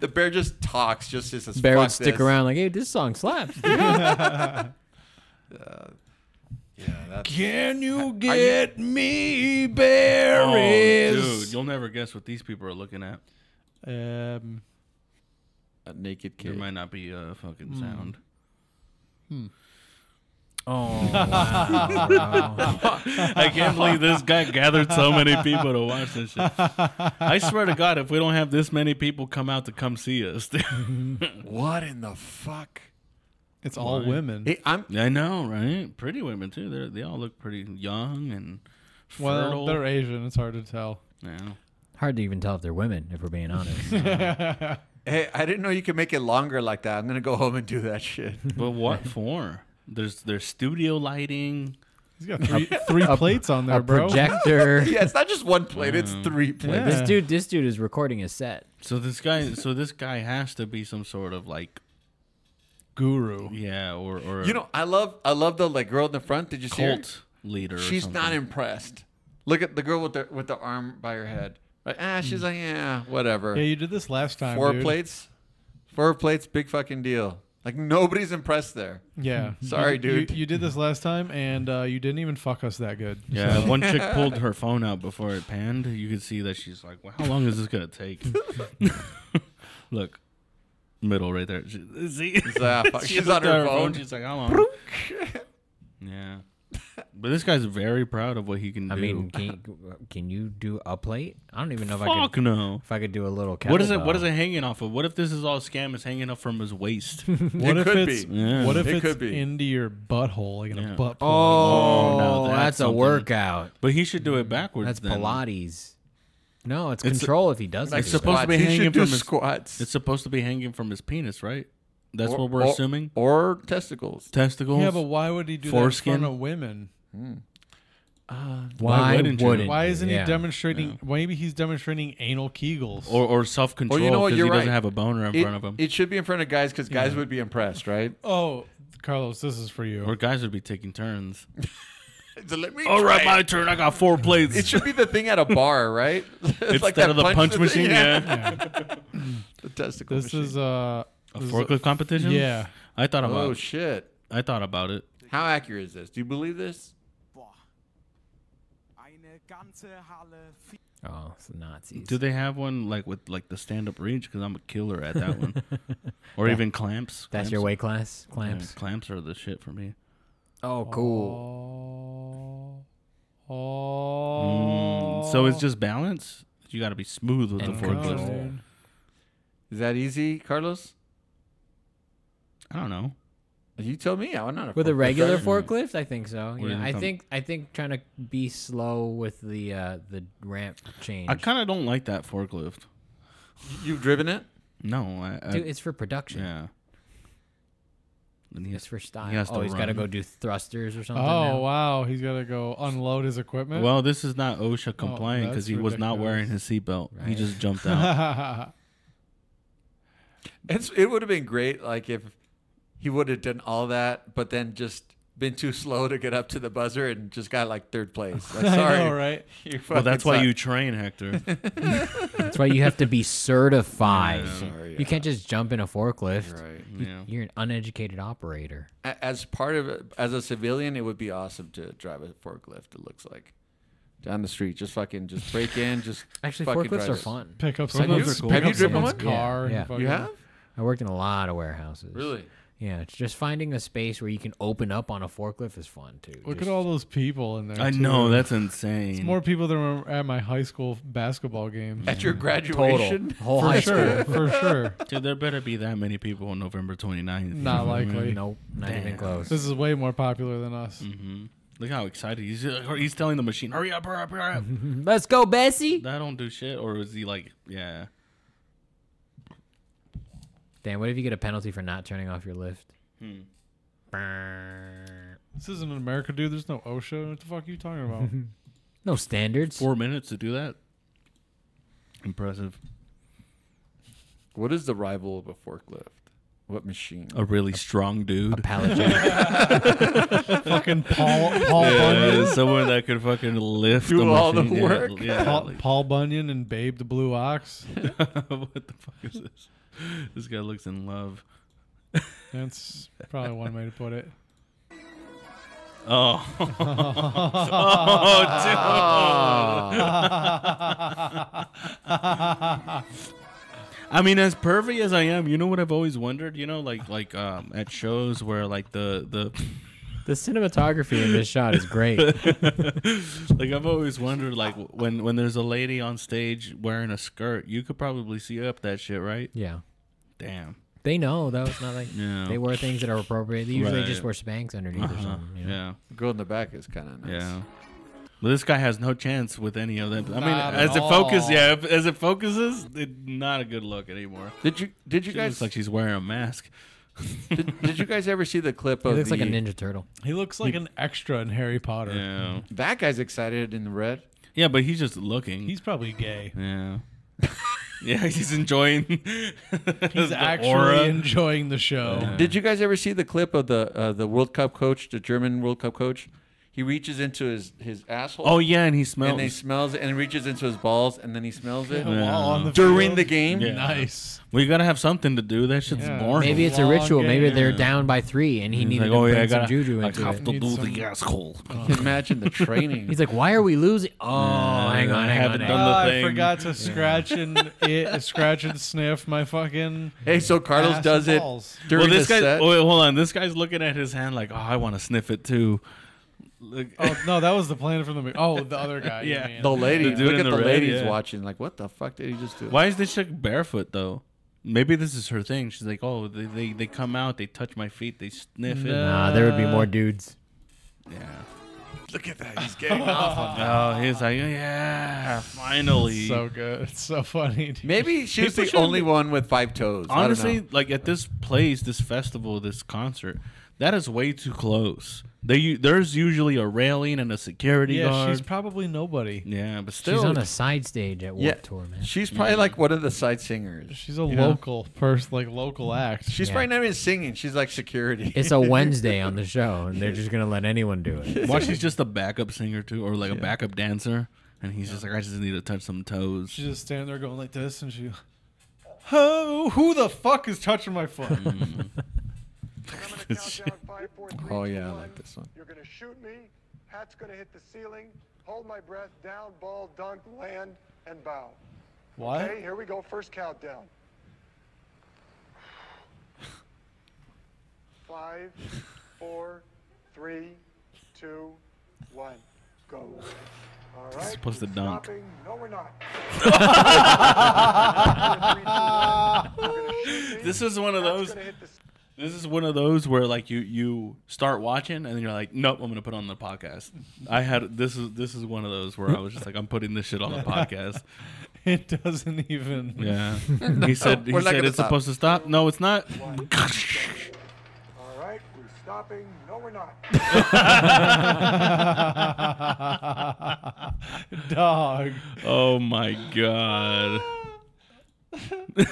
[SPEAKER 2] The bear just talks, just as as
[SPEAKER 1] Bear
[SPEAKER 2] fuck
[SPEAKER 1] would stick
[SPEAKER 2] this.
[SPEAKER 1] around like, hey, this song slaps.
[SPEAKER 2] Yeah, that's,
[SPEAKER 3] Can you
[SPEAKER 2] Are you-
[SPEAKER 3] get me, bear?
[SPEAKER 4] Oh,
[SPEAKER 3] dude, you'll never guess what these people are looking at.
[SPEAKER 4] um,
[SPEAKER 2] a naked
[SPEAKER 3] There
[SPEAKER 2] kid.
[SPEAKER 3] might not be a fucking
[SPEAKER 2] Hmm.
[SPEAKER 3] sound.
[SPEAKER 1] oh, wow.
[SPEAKER 3] I can't believe this guy gathered so many people to watch this shit. I swear to God, if we don't have this many people come out to come see us, dude.
[SPEAKER 2] What in the fuck?
[SPEAKER 4] it's all women.
[SPEAKER 2] Hey, I'm
[SPEAKER 3] I know, right? Pretty women too. They they all look pretty young and
[SPEAKER 4] well,
[SPEAKER 3] fertile.
[SPEAKER 4] they're Asian. It's hard to tell.
[SPEAKER 3] yeah.
[SPEAKER 1] Hard to even tell if they're women, if we're being honest.
[SPEAKER 2] hey, I didn't know you could make it longer like that. I'm gonna go home and do that shit.
[SPEAKER 3] But what for? There's there's studio lighting.
[SPEAKER 4] He's got three, three plates on there,
[SPEAKER 1] a
[SPEAKER 4] bro.
[SPEAKER 1] projector.
[SPEAKER 2] yeah, it's not just one plate; it's
[SPEAKER 3] Um,
[SPEAKER 2] three plates.
[SPEAKER 1] This dude, this dude is recording a set.
[SPEAKER 3] So this guy so this guy has to be some sort of like
[SPEAKER 4] Guru.
[SPEAKER 3] yeah or or
[SPEAKER 2] You know, I love, I love the like girl in the front. Did you see her?
[SPEAKER 3] cult leader. or
[SPEAKER 2] She's not
[SPEAKER 3] something.
[SPEAKER 2] impressed. Look at the girl with the with the arm by her head. Like ah, she's
[SPEAKER 3] Hmm.
[SPEAKER 2] like yeah, whatever.
[SPEAKER 4] Yeah, you did this last time.
[SPEAKER 2] Four
[SPEAKER 4] dude.
[SPEAKER 2] plates, four plates, big fucking deal. Like nobody's impressed there.
[SPEAKER 4] Yeah.
[SPEAKER 2] Sorry,
[SPEAKER 4] You-
[SPEAKER 2] dude.
[SPEAKER 4] You, you did this last time, and uh, you didn't even fuck us that good.
[SPEAKER 3] Yeah, one chick pulled her phone out before it panned. You could see that she's like, well, "How long is this gonna take?" Look, middle right there. She- See,
[SPEAKER 2] So, ah, fuck,
[SPEAKER 3] She
[SPEAKER 2] she's
[SPEAKER 3] looked
[SPEAKER 2] on
[SPEAKER 3] at
[SPEAKER 2] her phone.
[SPEAKER 3] She's like, "How long?" yeah, But this guy's very proud of what he can
[SPEAKER 1] I
[SPEAKER 3] do.
[SPEAKER 1] mean, can you, can you do a plate? I don't even know if I
[SPEAKER 3] fuck
[SPEAKER 1] could.
[SPEAKER 3] no.
[SPEAKER 1] If I could do a little. Kettlebell.
[SPEAKER 3] What is it? What is it hanging off of? What if this is all scam? It's hanging off from his waist.
[SPEAKER 4] What if
[SPEAKER 2] could
[SPEAKER 4] it's
[SPEAKER 2] be.
[SPEAKER 3] Yeah.
[SPEAKER 4] what if
[SPEAKER 2] It
[SPEAKER 4] it's
[SPEAKER 2] could be.
[SPEAKER 4] into your butthole like in
[SPEAKER 3] Yeah.
[SPEAKER 4] a butt plug?
[SPEAKER 1] Oh,
[SPEAKER 3] no, that's
[SPEAKER 1] that's, a
[SPEAKER 3] something.
[SPEAKER 1] workout.
[SPEAKER 3] but he should do it backwards.
[SPEAKER 1] That's
[SPEAKER 3] then.
[SPEAKER 1] Pilates. No, it's
[SPEAKER 3] It's-
[SPEAKER 1] control if he does
[SPEAKER 2] Like
[SPEAKER 1] it.
[SPEAKER 3] supposed to be
[SPEAKER 2] squats. He
[SPEAKER 3] hanging
[SPEAKER 2] should do
[SPEAKER 3] from his-
[SPEAKER 2] squats.
[SPEAKER 3] It's supposed to be hanging from his penis, right? That's
[SPEAKER 2] Or-
[SPEAKER 3] what we're
[SPEAKER 2] or-
[SPEAKER 3] assuming.
[SPEAKER 2] Or testicles.
[SPEAKER 3] Testicles.
[SPEAKER 4] Yeah, but why would he do that in
[SPEAKER 3] Foreskin?
[SPEAKER 4] front of women?
[SPEAKER 1] Why,
[SPEAKER 3] Why
[SPEAKER 1] wouldn't,
[SPEAKER 3] wouldn't you?
[SPEAKER 4] Why isn't
[SPEAKER 1] Yeah.
[SPEAKER 4] he demonstrating? Maybe he's demonstrating anal Kegels.
[SPEAKER 3] or or self control
[SPEAKER 2] know what?
[SPEAKER 3] because
[SPEAKER 2] You're
[SPEAKER 3] he doesn't
[SPEAKER 2] right.
[SPEAKER 3] have a boner in
[SPEAKER 2] It,
[SPEAKER 3] front of him.
[SPEAKER 2] it should be in front of guys because guys would be impressed, right?
[SPEAKER 4] oh, Carlos, this is for you.
[SPEAKER 3] or guys would be taking turns.
[SPEAKER 2] So let me
[SPEAKER 3] All right,
[SPEAKER 2] try it.
[SPEAKER 3] my turn. I got four plates.
[SPEAKER 2] It should be the thing at a bar, right? it's
[SPEAKER 3] Instead of the punch machine, yeah.
[SPEAKER 2] The testicle
[SPEAKER 4] this
[SPEAKER 2] machine.
[SPEAKER 4] is uh,
[SPEAKER 3] A
[SPEAKER 4] this is-
[SPEAKER 3] forklift competition?
[SPEAKER 4] yeah.
[SPEAKER 3] I thought about
[SPEAKER 2] oh, shit.
[SPEAKER 3] I thought about it.
[SPEAKER 2] How accurate is this? Do you believe this?
[SPEAKER 1] Oh, it's Nazis.
[SPEAKER 3] Do they have one like with like the stand up reach? Because I'm a killer at that one. or even clamps.
[SPEAKER 1] That's
[SPEAKER 3] Clamps-
[SPEAKER 1] your weight class?
[SPEAKER 3] yeah,
[SPEAKER 1] Clamps.
[SPEAKER 3] clamps are the shit for me.
[SPEAKER 1] Oh, cool.
[SPEAKER 4] Oh,
[SPEAKER 3] Mm, so it's just balance. You got to be smooth with
[SPEAKER 1] And
[SPEAKER 3] the forklift.
[SPEAKER 1] control.
[SPEAKER 2] Is that easy, Carlos?
[SPEAKER 3] I don't know.
[SPEAKER 2] You tell me. I'm not a
[SPEAKER 1] With a
[SPEAKER 2] forklift
[SPEAKER 1] regular
[SPEAKER 2] driver.
[SPEAKER 1] forklift, I think so.
[SPEAKER 3] do
[SPEAKER 1] Yeah,
[SPEAKER 3] you
[SPEAKER 1] I
[SPEAKER 3] think?
[SPEAKER 1] think I think trying to be slow with the uh, the ramp change.
[SPEAKER 3] I kind of don't like that forklift.
[SPEAKER 2] You've driven it?
[SPEAKER 3] No, I, I
[SPEAKER 1] Dude, it's for production.
[SPEAKER 3] yeah. And he
[SPEAKER 1] It's
[SPEAKER 3] has-
[SPEAKER 1] for style.
[SPEAKER 3] has
[SPEAKER 1] oh,
[SPEAKER 3] to
[SPEAKER 1] he's got to
[SPEAKER 3] run.
[SPEAKER 1] go do thrusters or something.
[SPEAKER 4] Oh
[SPEAKER 1] now?
[SPEAKER 4] wow, he's got to go unload his equipment.
[SPEAKER 3] well, this is not OSHA compliant because
[SPEAKER 4] that's
[SPEAKER 3] he was not wearing his seatbelt. He
[SPEAKER 1] Right.
[SPEAKER 3] just jumped out.
[SPEAKER 2] It's, it would have been great, like if he would have done all that, but then just been too slow to get up to the buzzer and just got like third place. Like,
[SPEAKER 4] I
[SPEAKER 2] sorry,
[SPEAKER 4] know, right?
[SPEAKER 2] You
[SPEAKER 3] well, that's
[SPEAKER 2] fucking
[SPEAKER 3] why
[SPEAKER 2] suck.
[SPEAKER 3] you train, Hector.
[SPEAKER 1] That's why you have to be certified.
[SPEAKER 2] Sorry,
[SPEAKER 1] You can't just jump in a forklift.
[SPEAKER 2] Right.
[SPEAKER 3] yeah.
[SPEAKER 1] You're an uneducated operator.
[SPEAKER 2] A- As part of it- as a civilian, it would be awesome to drive a forklift. It looks like down the street, just fucking, just break in, just
[SPEAKER 1] Actually,
[SPEAKER 2] fucking
[SPEAKER 1] forklifts
[SPEAKER 2] drive
[SPEAKER 1] are
[SPEAKER 2] it.
[SPEAKER 1] fun.
[SPEAKER 4] Pick up
[SPEAKER 3] Have you-
[SPEAKER 4] someone's,
[SPEAKER 3] have
[SPEAKER 4] pick
[SPEAKER 3] you
[SPEAKER 4] up
[SPEAKER 3] driven
[SPEAKER 4] someone's
[SPEAKER 2] one?
[SPEAKER 4] car.
[SPEAKER 1] Yeah.
[SPEAKER 4] And fucking,
[SPEAKER 2] You have
[SPEAKER 1] I worked in a lot of warehouses.
[SPEAKER 2] really?
[SPEAKER 1] Yeah, it's just finding a space where you can open up on a forklift is fun too.
[SPEAKER 4] Look
[SPEAKER 1] Just-
[SPEAKER 4] at all those people in there.
[SPEAKER 3] I
[SPEAKER 4] too.
[SPEAKER 3] know that's insane.
[SPEAKER 4] More people than were at my high school basketball games.
[SPEAKER 2] At your
[SPEAKER 1] total
[SPEAKER 2] graduation,
[SPEAKER 1] whole
[SPEAKER 4] For
[SPEAKER 1] high
[SPEAKER 4] sure,
[SPEAKER 1] school.
[SPEAKER 4] for sure.
[SPEAKER 3] Dude, there better be that many people on November 29th.
[SPEAKER 4] Not likely.
[SPEAKER 1] Nope, not even
[SPEAKER 3] Damn.
[SPEAKER 1] close.
[SPEAKER 4] This is way more popular than us.
[SPEAKER 3] hmm Look how excited he's. He's telling the machine, "Hurry up, hurry up, hurry up!"
[SPEAKER 1] Let's go, Bessie.
[SPEAKER 3] that don't do shit. Or is he like, yeah?
[SPEAKER 1] Damn, what if you get a penalty for not turning off your lift?
[SPEAKER 4] This isn't in America, dude. There's no OSHA. What the fuck are you talking about?
[SPEAKER 1] No standards.
[SPEAKER 3] Four minutes to do that. Impressive.
[SPEAKER 2] what is the rival of a forklift? What machine?
[SPEAKER 3] A really strong
[SPEAKER 1] A
[SPEAKER 3] dude.
[SPEAKER 1] pallet jack.
[SPEAKER 4] fucking Paul Paul Bunyan.
[SPEAKER 3] Yeah, someone that could fucking lift
[SPEAKER 2] Do
[SPEAKER 3] the
[SPEAKER 2] all the
[SPEAKER 3] machine. Yeah,
[SPEAKER 2] work.
[SPEAKER 3] Yeah.
[SPEAKER 4] Paul,
[SPEAKER 3] like-
[SPEAKER 4] Paul Bunyan and Babe the Blue Ox.
[SPEAKER 3] what the fuck is this? This guy looks in love.
[SPEAKER 4] That's probably one way to put it.
[SPEAKER 3] Oh, oh, dude. I mean, as pervy as I am, you know what I've always wondered. You know, like like um, at shows where like the the
[SPEAKER 1] the cinematography in this shot is great.
[SPEAKER 3] like I've always wondered, like when when there's a lady on stage wearing a skirt, you could probably see up that shit, right?
[SPEAKER 1] Yeah.
[SPEAKER 3] Damn.
[SPEAKER 1] They know though. It's not like
[SPEAKER 3] Yeah.
[SPEAKER 1] they wear things that are appropriate. They usually
[SPEAKER 3] Right.
[SPEAKER 1] just wear Spanx underneath or
[SPEAKER 3] Uh,
[SPEAKER 1] something. you know?
[SPEAKER 3] yeah,
[SPEAKER 2] Girl in the back is kind of nice.
[SPEAKER 3] yeah. But this guy has no chance with any of them. I mean,
[SPEAKER 4] Not
[SPEAKER 3] as
[SPEAKER 4] at
[SPEAKER 3] it focuses,
[SPEAKER 4] all.
[SPEAKER 3] yeah, if- as it focuses, it, not a good look anymore.
[SPEAKER 2] Did you did you
[SPEAKER 3] She
[SPEAKER 2] guys
[SPEAKER 3] looks like she's wearing a mask.
[SPEAKER 2] did, did you guys ever see the clip
[SPEAKER 1] He
[SPEAKER 2] of
[SPEAKER 1] looks like a
[SPEAKER 2] the-
[SPEAKER 1] Ninja Turtle.
[SPEAKER 4] He looks like an extra in Harry Potter.
[SPEAKER 3] Yeah,
[SPEAKER 2] that guy's excited in the red?
[SPEAKER 3] yeah, but he's just looking.
[SPEAKER 4] He's probably gay.
[SPEAKER 3] yeah, yeah, he's enjoying.
[SPEAKER 4] He's
[SPEAKER 3] the
[SPEAKER 4] actually
[SPEAKER 3] aura.
[SPEAKER 4] enjoying the show.
[SPEAKER 2] Did you guys ever see the clip of the uh, the World Cup coach, the German World Cup coach? He reaches into his his asshole.
[SPEAKER 3] Oh yeah, and
[SPEAKER 2] and
[SPEAKER 3] he
[SPEAKER 2] he
[SPEAKER 3] smells.
[SPEAKER 2] smells it and reaches into his balls and then he smells it
[SPEAKER 4] While on the
[SPEAKER 2] during
[SPEAKER 4] field.
[SPEAKER 2] the game.
[SPEAKER 3] Yeah.
[SPEAKER 4] Nice.
[SPEAKER 3] we gotta have something to do. That shit's
[SPEAKER 4] Yeah.
[SPEAKER 3] boring.
[SPEAKER 1] Maybe it's a
[SPEAKER 4] long
[SPEAKER 1] ritual. Maybe
[SPEAKER 4] game.
[SPEAKER 1] they're down by three, and he
[SPEAKER 3] He's
[SPEAKER 1] needed
[SPEAKER 3] like,
[SPEAKER 1] to
[SPEAKER 3] oh
[SPEAKER 1] bring
[SPEAKER 3] yeah, I
[SPEAKER 1] some
[SPEAKER 3] gotta,
[SPEAKER 1] juju
[SPEAKER 3] I
[SPEAKER 1] into
[SPEAKER 3] have
[SPEAKER 1] it.
[SPEAKER 3] to do
[SPEAKER 4] Need
[SPEAKER 3] the asshole.
[SPEAKER 2] Imagine the training.
[SPEAKER 1] He's like, why are we losing? Oh, hang on,
[SPEAKER 3] I
[SPEAKER 1] hang on.
[SPEAKER 3] haven't
[SPEAKER 1] hang
[SPEAKER 3] done
[SPEAKER 1] on.
[SPEAKER 3] the
[SPEAKER 4] Oh, I
[SPEAKER 3] thing.
[SPEAKER 4] forgot to scratch and it, scratch and sniff my fucking.
[SPEAKER 2] hey, so Carlos
[SPEAKER 4] Ass
[SPEAKER 2] does it
[SPEAKER 4] balls.
[SPEAKER 2] during
[SPEAKER 3] well, this
[SPEAKER 2] the
[SPEAKER 3] guy.
[SPEAKER 2] set.
[SPEAKER 3] Oh, wait, hold on. This guy's looking at his hand like, oh, I want to sniff it too. Look,
[SPEAKER 4] Oh no, that was the planet from the movie. Oh, the other guy. you
[SPEAKER 3] Yeah.
[SPEAKER 4] mean.
[SPEAKER 2] The lady,
[SPEAKER 3] The dude
[SPEAKER 2] look
[SPEAKER 3] in
[SPEAKER 2] at
[SPEAKER 3] the
[SPEAKER 2] the,
[SPEAKER 3] red,
[SPEAKER 2] ladies
[SPEAKER 3] yeah.
[SPEAKER 2] watching. Like, what the fuck did he just do?
[SPEAKER 3] why is this chick barefoot though? Maybe this is her thing. She's like, oh, they they, they come out, they touch my feet, they sniff it.
[SPEAKER 1] Nah, there would be more dudes.
[SPEAKER 3] Yeah.
[SPEAKER 2] Look at that. He's getting off on that.
[SPEAKER 3] Oh, he's like, yeah, finally.
[SPEAKER 4] so good. It's so funny. dude.
[SPEAKER 2] Maybe she was
[SPEAKER 3] People
[SPEAKER 2] the
[SPEAKER 3] shouldn't
[SPEAKER 2] only
[SPEAKER 3] be-
[SPEAKER 2] one with five toes. I don't
[SPEAKER 3] Honestly,
[SPEAKER 2] know.
[SPEAKER 3] like at this place, this festival, this concert, that is way too close. They u- there's usually a railing and a security
[SPEAKER 4] Yeah,
[SPEAKER 3] guard.
[SPEAKER 4] she's probably nobody.
[SPEAKER 3] yeah, but still,
[SPEAKER 1] She's on a side stage at Warped
[SPEAKER 2] yeah,
[SPEAKER 1] Tour, man.
[SPEAKER 2] she's probably like one of the side singers.
[SPEAKER 4] She's a
[SPEAKER 3] know?
[SPEAKER 4] local person, like local act.
[SPEAKER 2] She's
[SPEAKER 1] Yeah.
[SPEAKER 2] probably not even singing. She's like security.
[SPEAKER 1] It's a Wednesday on the show, and they're just gonna let anyone do it.
[SPEAKER 3] why she's just a backup singer too, or like a backup dancer, and he's just like, I just need to touch some toes.
[SPEAKER 4] She's just standing there going like this, and she, oh, who the fuck is touching my foot?
[SPEAKER 2] Mm. oh yeah, I like this one.
[SPEAKER 9] You're gonna shoot me. Hat's gonna hit the ceiling. Hold my breath. Down, ball, dunk, land, and bow.
[SPEAKER 4] what?
[SPEAKER 9] Okay, here we go. First countdown. Five, four, three, two, one, go. All right.
[SPEAKER 3] supposed to dunk.
[SPEAKER 9] Stopping. No, we're not.
[SPEAKER 3] This is one of
[SPEAKER 9] Hat's
[SPEAKER 3] those.
[SPEAKER 9] gonna hit the
[SPEAKER 3] This is one of those where like you you start watching and then you're like, nope, I'm gonna put on the podcast. I had this is this is one of those where I was just like, I'm putting this shit on the podcast.
[SPEAKER 4] It doesn't even.
[SPEAKER 3] Yeah, he said he
[SPEAKER 2] We're not
[SPEAKER 3] said
[SPEAKER 2] gonna
[SPEAKER 3] it's
[SPEAKER 2] stop.
[SPEAKER 3] supposed to stop. No, it's not.
[SPEAKER 9] All right, we're stopping. No, we're not.
[SPEAKER 4] Dog.
[SPEAKER 3] Oh my god. that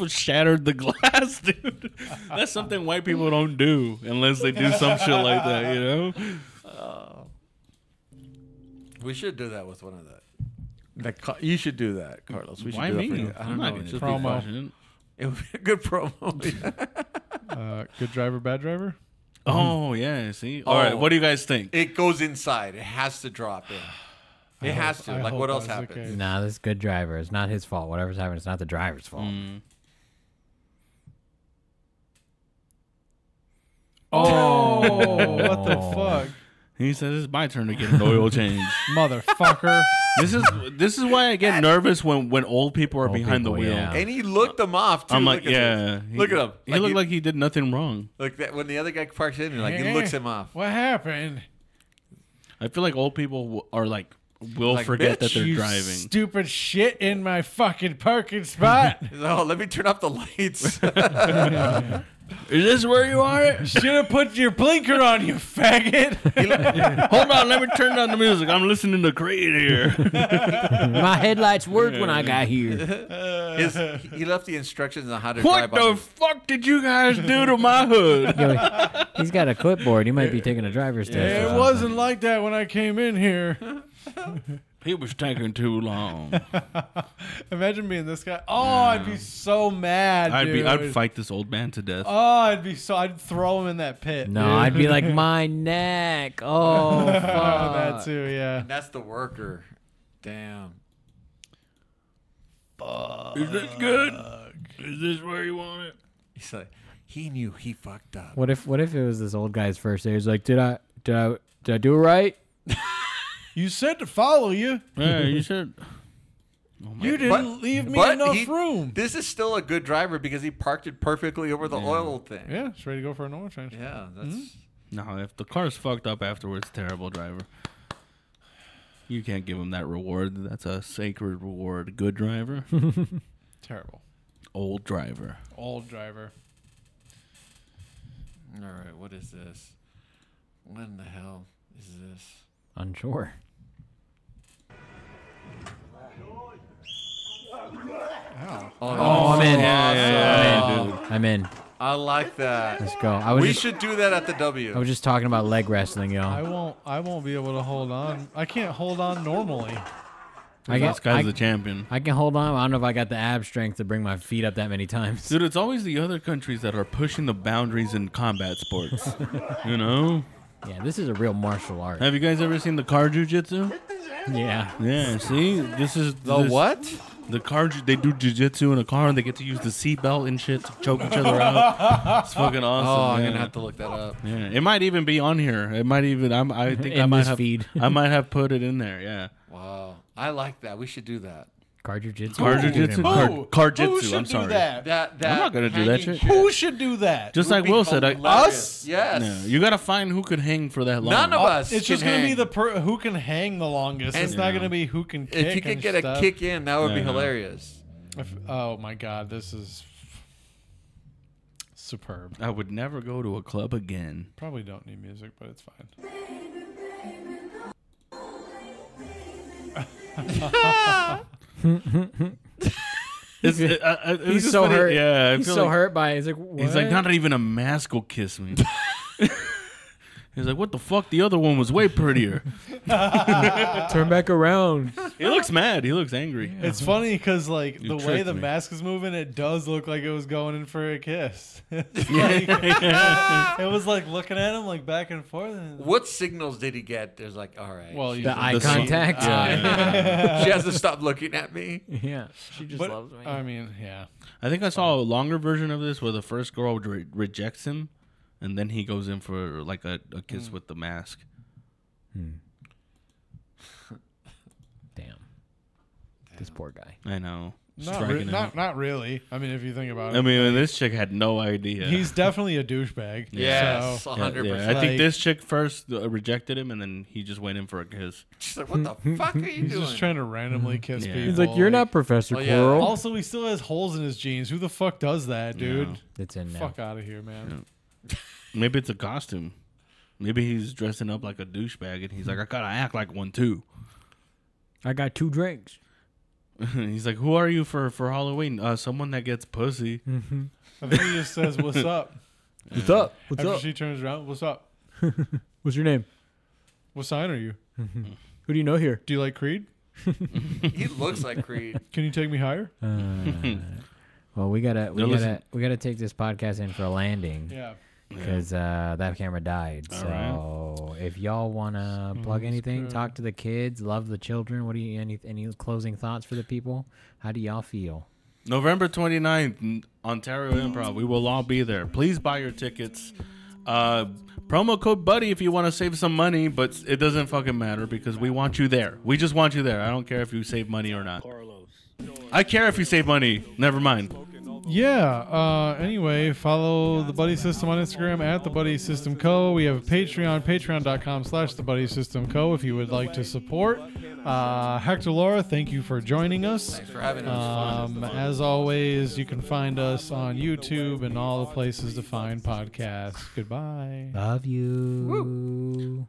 [SPEAKER 3] was shattered the glass, dude. That's something white people don't do unless they do some shit like that, you know?
[SPEAKER 2] We should do that with one of that. That Ca- you should do that, Carlos. We should
[SPEAKER 3] Why
[SPEAKER 2] do
[SPEAKER 3] me?
[SPEAKER 2] that for you. I
[SPEAKER 3] I'm
[SPEAKER 2] don't
[SPEAKER 3] not
[SPEAKER 2] know.
[SPEAKER 3] even
[SPEAKER 2] It'd be
[SPEAKER 4] promo.
[SPEAKER 2] fun.
[SPEAKER 3] watching it.
[SPEAKER 2] It would be a good promo.
[SPEAKER 4] Uh, good driver, bad driver.
[SPEAKER 3] Oh yeah, see. All right,
[SPEAKER 2] Oh.
[SPEAKER 3] what do you guys think?
[SPEAKER 2] it goes inside. It has to drop in. It has
[SPEAKER 4] I
[SPEAKER 2] to. Like
[SPEAKER 4] hope
[SPEAKER 2] what
[SPEAKER 4] I
[SPEAKER 2] else
[SPEAKER 4] was
[SPEAKER 2] happens?
[SPEAKER 4] okay.
[SPEAKER 1] Nah, this is good driver. It's not his fault. Whatever's happening, it's not the driver's fault.
[SPEAKER 4] Oh, what the fuck,
[SPEAKER 3] He says it's my turn to get an oil change.
[SPEAKER 4] motherfucker!
[SPEAKER 3] this is this is why I get nervous when when old people are
[SPEAKER 1] Old
[SPEAKER 3] behind the
[SPEAKER 1] people,
[SPEAKER 3] wheel.
[SPEAKER 1] yeah.
[SPEAKER 2] And he looked them off too.
[SPEAKER 3] I'm like,
[SPEAKER 2] Look at
[SPEAKER 3] yeah.
[SPEAKER 2] this. Look at him.
[SPEAKER 3] He looked like he did nothing wrong.
[SPEAKER 2] Like that when the other guy parks in, like he
[SPEAKER 4] Eh,
[SPEAKER 2] looks him off.
[SPEAKER 4] What happened?
[SPEAKER 3] I feel like old people w- are like will
[SPEAKER 2] Like,
[SPEAKER 3] forget that
[SPEAKER 2] bitch,
[SPEAKER 3] they're
[SPEAKER 4] You
[SPEAKER 3] driving.
[SPEAKER 4] Stupid shit in my fucking parking spot.
[SPEAKER 2] He's like, oh, let me turn off the lights.
[SPEAKER 3] Is this where you are?
[SPEAKER 4] Should have put your blinker on, you faggot.
[SPEAKER 3] Hold on, let me turn down the music. I'm listening to Creed here.
[SPEAKER 1] My headlights worked when I got here.
[SPEAKER 2] His, he left the instructions on how to
[SPEAKER 3] what
[SPEAKER 2] drive. on
[SPEAKER 3] the
[SPEAKER 2] this.
[SPEAKER 3] fuck did you guys do to my hood?
[SPEAKER 1] Yo, he's got a clipboard. He might be taking a driver's test. or
[SPEAKER 4] it
[SPEAKER 1] something.
[SPEAKER 4] wasn't like that when I came in here.
[SPEAKER 3] He was taking too long.
[SPEAKER 4] Imagine being this guy. Oh, I'd be so mad.
[SPEAKER 3] I'd be I'd
[SPEAKER 4] dude.
[SPEAKER 3] fight this old man to death.
[SPEAKER 4] Oh, I'd be so. I'd throw him in that pit.
[SPEAKER 1] No,
[SPEAKER 4] dude.
[SPEAKER 1] I'd be like my neck. Oh,
[SPEAKER 4] Oh, that
[SPEAKER 1] fuck.
[SPEAKER 4] too. Yeah.
[SPEAKER 2] That's the worker. Damn.
[SPEAKER 3] Is this good? Is this where you want it?
[SPEAKER 2] He's like, he knew he fucked up.
[SPEAKER 1] What if what if it was this old guy's first day? He's like, did I did I did I do it right?
[SPEAKER 4] You said to follow you.
[SPEAKER 3] Yeah, you should.
[SPEAKER 4] You didn't
[SPEAKER 2] But-
[SPEAKER 4] leave me
[SPEAKER 2] but
[SPEAKER 4] enough
[SPEAKER 2] he-
[SPEAKER 4] room.
[SPEAKER 2] This is still a good driver because he parked it perfectly over the oil thing.
[SPEAKER 4] yeah, Hmm? it's ready to go for an oil change.
[SPEAKER 2] Yeah, that's
[SPEAKER 3] No, if the car's fucked up afterwards, terrible driver. You can't give him that reward. That's a sacred reward. Good driver,
[SPEAKER 4] Terrible.
[SPEAKER 3] old driver.
[SPEAKER 4] Old driver.
[SPEAKER 2] all right. What is this? What in the hell is this?
[SPEAKER 1] Unsure. Oh, I'm in. I'm in.
[SPEAKER 2] I like that.
[SPEAKER 1] Let's go. I was
[SPEAKER 2] We
[SPEAKER 1] just,
[SPEAKER 2] should do that at the
[SPEAKER 1] I
[SPEAKER 2] W.
[SPEAKER 1] was just talking about leg wrestling,
[SPEAKER 4] I
[SPEAKER 1] y'all.
[SPEAKER 4] won't. I won't be able to hold on. I can't hold on normally.
[SPEAKER 1] I
[SPEAKER 3] this
[SPEAKER 1] got,
[SPEAKER 3] guy's
[SPEAKER 1] I,
[SPEAKER 3] the champion.
[SPEAKER 1] I can hold on. I don't know if I got the ab strength to bring my feet up that many times.
[SPEAKER 3] Dude, it's always the other countries that are pushing the boundaries in combat sports. you know?
[SPEAKER 1] Yeah, this is a real martial art.
[SPEAKER 3] Have you guys ever seen the car jujitsu?
[SPEAKER 1] Yeah.
[SPEAKER 3] Yeah, see? This is
[SPEAKER 2] The
[SPEAKER 3] this-
[SPEAKER 2] what?
[SPEAKER 3] The car, ju- they do jujitsu in a car, and they get to use the seatbelt and shit to choke each other out. It's fucking
[SPEAKER 2] Oh,
[SPEAKER 3] awesome.
[SPEAKER 2] I'm
[SPEAKER 3] yeah.
[SPEAKER 2] gonna have to look that up.
[SPEAKER 3] Yeah, it might even be on here. It might even. I'm, I think I
[SPEAKER 1] In
[SPEAKER 3] might
[SPEAKER 1] this
[SPEAKER 3] have.
[SPEAKER 1] feed.
[SPEAKER 3] I might have put it in there. Yeah,
[SPEAKER 2] Wow, I like that. We should do that.
[SPEAKER 1] Car jujitsu.
[SPEAKER 3] car jujitsu.
[SPEAKER 4] Who?
[SPEAKER 3] Car, car
[SPEAKER 4] Who
[SPEAKER 3] jitsu.
[SPEAKER 4] should
[SPEAKER 3] I'm
[SPEAKER 4] do
[SPEAKER 3] sorry.
[SPEAKER 4] that?
[SPEAKER 2] That that.
[SPEAKER 3] not gonna do that
[SPEAKER 2] hanging
[SPEAKER 3] shit.
[SPEAKER 4] Who should do that?
[SPEAKER 3] Just
[SPEAKER 2] would
[SPEAKER 3] like
[SPEAKER 2] be
[SPEAKER 3] Will said, I,
[SPEAKER 2] hilarious.
[SPEAKER 4] Us?
[SPEAKER 2] Yes.
[SPEAKER 3] No, you gotta find who could hang for that long.
[SPEAKER 2] None of us.
[SPEAKER 4] it's just
[SPEAKER 2] can
[SPEAKER 4] going to be
[SPEAKER 2] hang.
[SPEAKER 4] the per- who can hang the longest.
[SPEAKER 2] And-
[SPEAKER 4] it's not going to be who can kick.
[SPEAKER 2] If you
[SPEAKER 4] and
[SPEAKER 2] could get a
[SPEAKER 4] stuff.
[SPEAKER 2] kick in, that would be
[SPEAKER 3] Yeah.
[SPEAKER 2] hilarious.
[SPEAKER 4] If- oh my god, this is superb.
[SPEAKER 3] I would never go to a club again.
[SPEAKER 4] Probably don't need music, but it's fine.
[SPEAKER 3] It's, it, I- I- it was
[SPEAKER 1] He's
[SPEAKER 3] just
[SPEAKER 1] so
[SPEAKER 3] funny.
[SPEAKER 1] hurt.
[SPEAKER 3] Yeah, I
[SPEAKER 1] he's
[SPEAKER 3] feel
[SPEAKER 1] so
[SPEAKER 3] like-
[SPEAKER 1] hurt by it. He's like, what?
[SPEAKER 3] He's like, not even a mask will kiss me. He's like, what the fuck? The other one was way prettier.
[SPEAKER 1] turn back around.
[SPEAKER 3] he looks mad. He looks angry.
[SPEAKER 4] It's funny because like
[SPEAKER 3] Uh-huh. You
[SPEAKER 4] the way
[SPEAKER 3] tricked
[SPEAKER 4] the
[SPEAKER 3] me.
[SPEAKER 4] mask is moving, it does look like it was going in for a kiss. it was like looking at him like back and forth. And,
[SPEAKER 2] What signals did he get? There's like, all right.
[SPEAKER 4] well, you
[SPEAKER 1] The
[SPEAKER 4] should-
[SPEAKER 1] eye
[SPEAKER 3] sun.
[SPEAKER 1] contact.
[SPEAKER 2] she has to stop looking at me.
[SPEAKER 1] yeah, she just
[SPEAKER 4] but,
[SPEAKER 1] loves me.
[SPEAKER 4] I mean, yeah.
[SPEAKER 3] I think I saw a longer version of this where the first girl re- rejects him, and then he goes in for like a, a
[SPEAKER 4] Mm.
[SPEAKER 3] kiss with the mask.
[SPEAKER 1] Damn, this poor guy.
[SPEAKER 3] I know.
[SPEAKER 4] Not,
[SPEAKER 3] Striking
[SPEAKER 4] re-
[SPEAKER 3] him.
[SPEAKER 4] not not really. I mean, if you think about it,
[SPEAKER 3] I mean, this chick had no idea.
[SPEAKER 4] he's definitely a douchebag.
[SPEAKER 2] Yes,
[SPEAKER 4] So,
[SPEAKER 3] Yeah, yeah.
[SPEAKER 2] 100%.
[SPEAKER 3] I think
[SPEAKER 4] Like-
[SPEAKER 3] this chick first uh, rejected him, and then he just went in for a kiss.
[SPEAKER 2] She's like, what the fuck are you
[SPEAKER 4] he's
[SPEAKER 2] doing?
[SPEAKER 4] just trying to randomly kiss
[SPEAKER 3] Mm-hmm. Yeah.
[SPEAKER 4] people.
[SPEAKER 3] He's
[SPEAKER 1] He's like, you're not Professor
[SPEAKER 2] Oh, yeah.
[SPEAKER 1] Quirrell.
[SPEAKER 2] Quirrell."
[SPEAKER 4] Also, he still has holes in his jeans. Who the fuck does that, dude?
[SPEAKER 3] No.
[SPEAKER 1] It's in now.
[SPEAKER 4] Fuck out of here, man.
[SPEAKER 3] Maybe it's a costume. Maybe he's dressing up like a douchebag, and he's like, I gotta act like one too.
[SPEAKER 1] I got two drinks.
[SPEAKER 3] he's like, Who are you for for Halloween? Uh, someone that gets pussy.
[SPEAKER 4] I think he just says, "What's up?"
[SPEAKER 1] What's up? What's
[SPEAKER 4] After
[SPEAKER 1] up?
[SPEAKER 4] she turns around, "What's up?
[SPEAKER 1] What's your name?
[SPEAKER 4] What sign are you?
[SPEAKER 1] Who do you know here?
[SPEAKER 4] Do you like Creed?
[SPEAKER 2] he looks like Creed.
[SPEAKER 4] Can you take me higher?"
[SPEAKER 1] Uh, Well, we gotta we
[SPEAKER 3] No,
[SPEAKER 1] gotta
[SPEAKER 3] listen.
[SPEAKER 1] we gotta take this podcast in for a landing
[SPEAKER 4] Yeah.
[SPEAKER 1] because uh, that camera died. so if y'all wanna plug anything, talk to the kids, love the children. What do you any any closing thoughts for the people? How do y'all feel?
[SPEAKER 3] November 29th, n- Ontario Improv. We will all be there. Please buy your tickets. Uh, promo code Buddy if you want to save some money, but it doesn't fucking matter because we want you there. We just want you there. I don't care if you save money or not. I care if you save money. Never mind.
[SPEAKER 4] Yeah. Uh, anyway, follow the Buddy System on Instagram at the Buddy System Co. We have a Patreon, Patreon.com/slash the Buddy System Co. If you would like to support. Uh, Hector Laura, thank you for joining us.
[SPEAKER 2] Thanks for having us.
[SPEAKER 4] Um, as always, you can find us on YouTube and all the places to find podcasts. Goodbye.
[SPEAKER 1] Love you.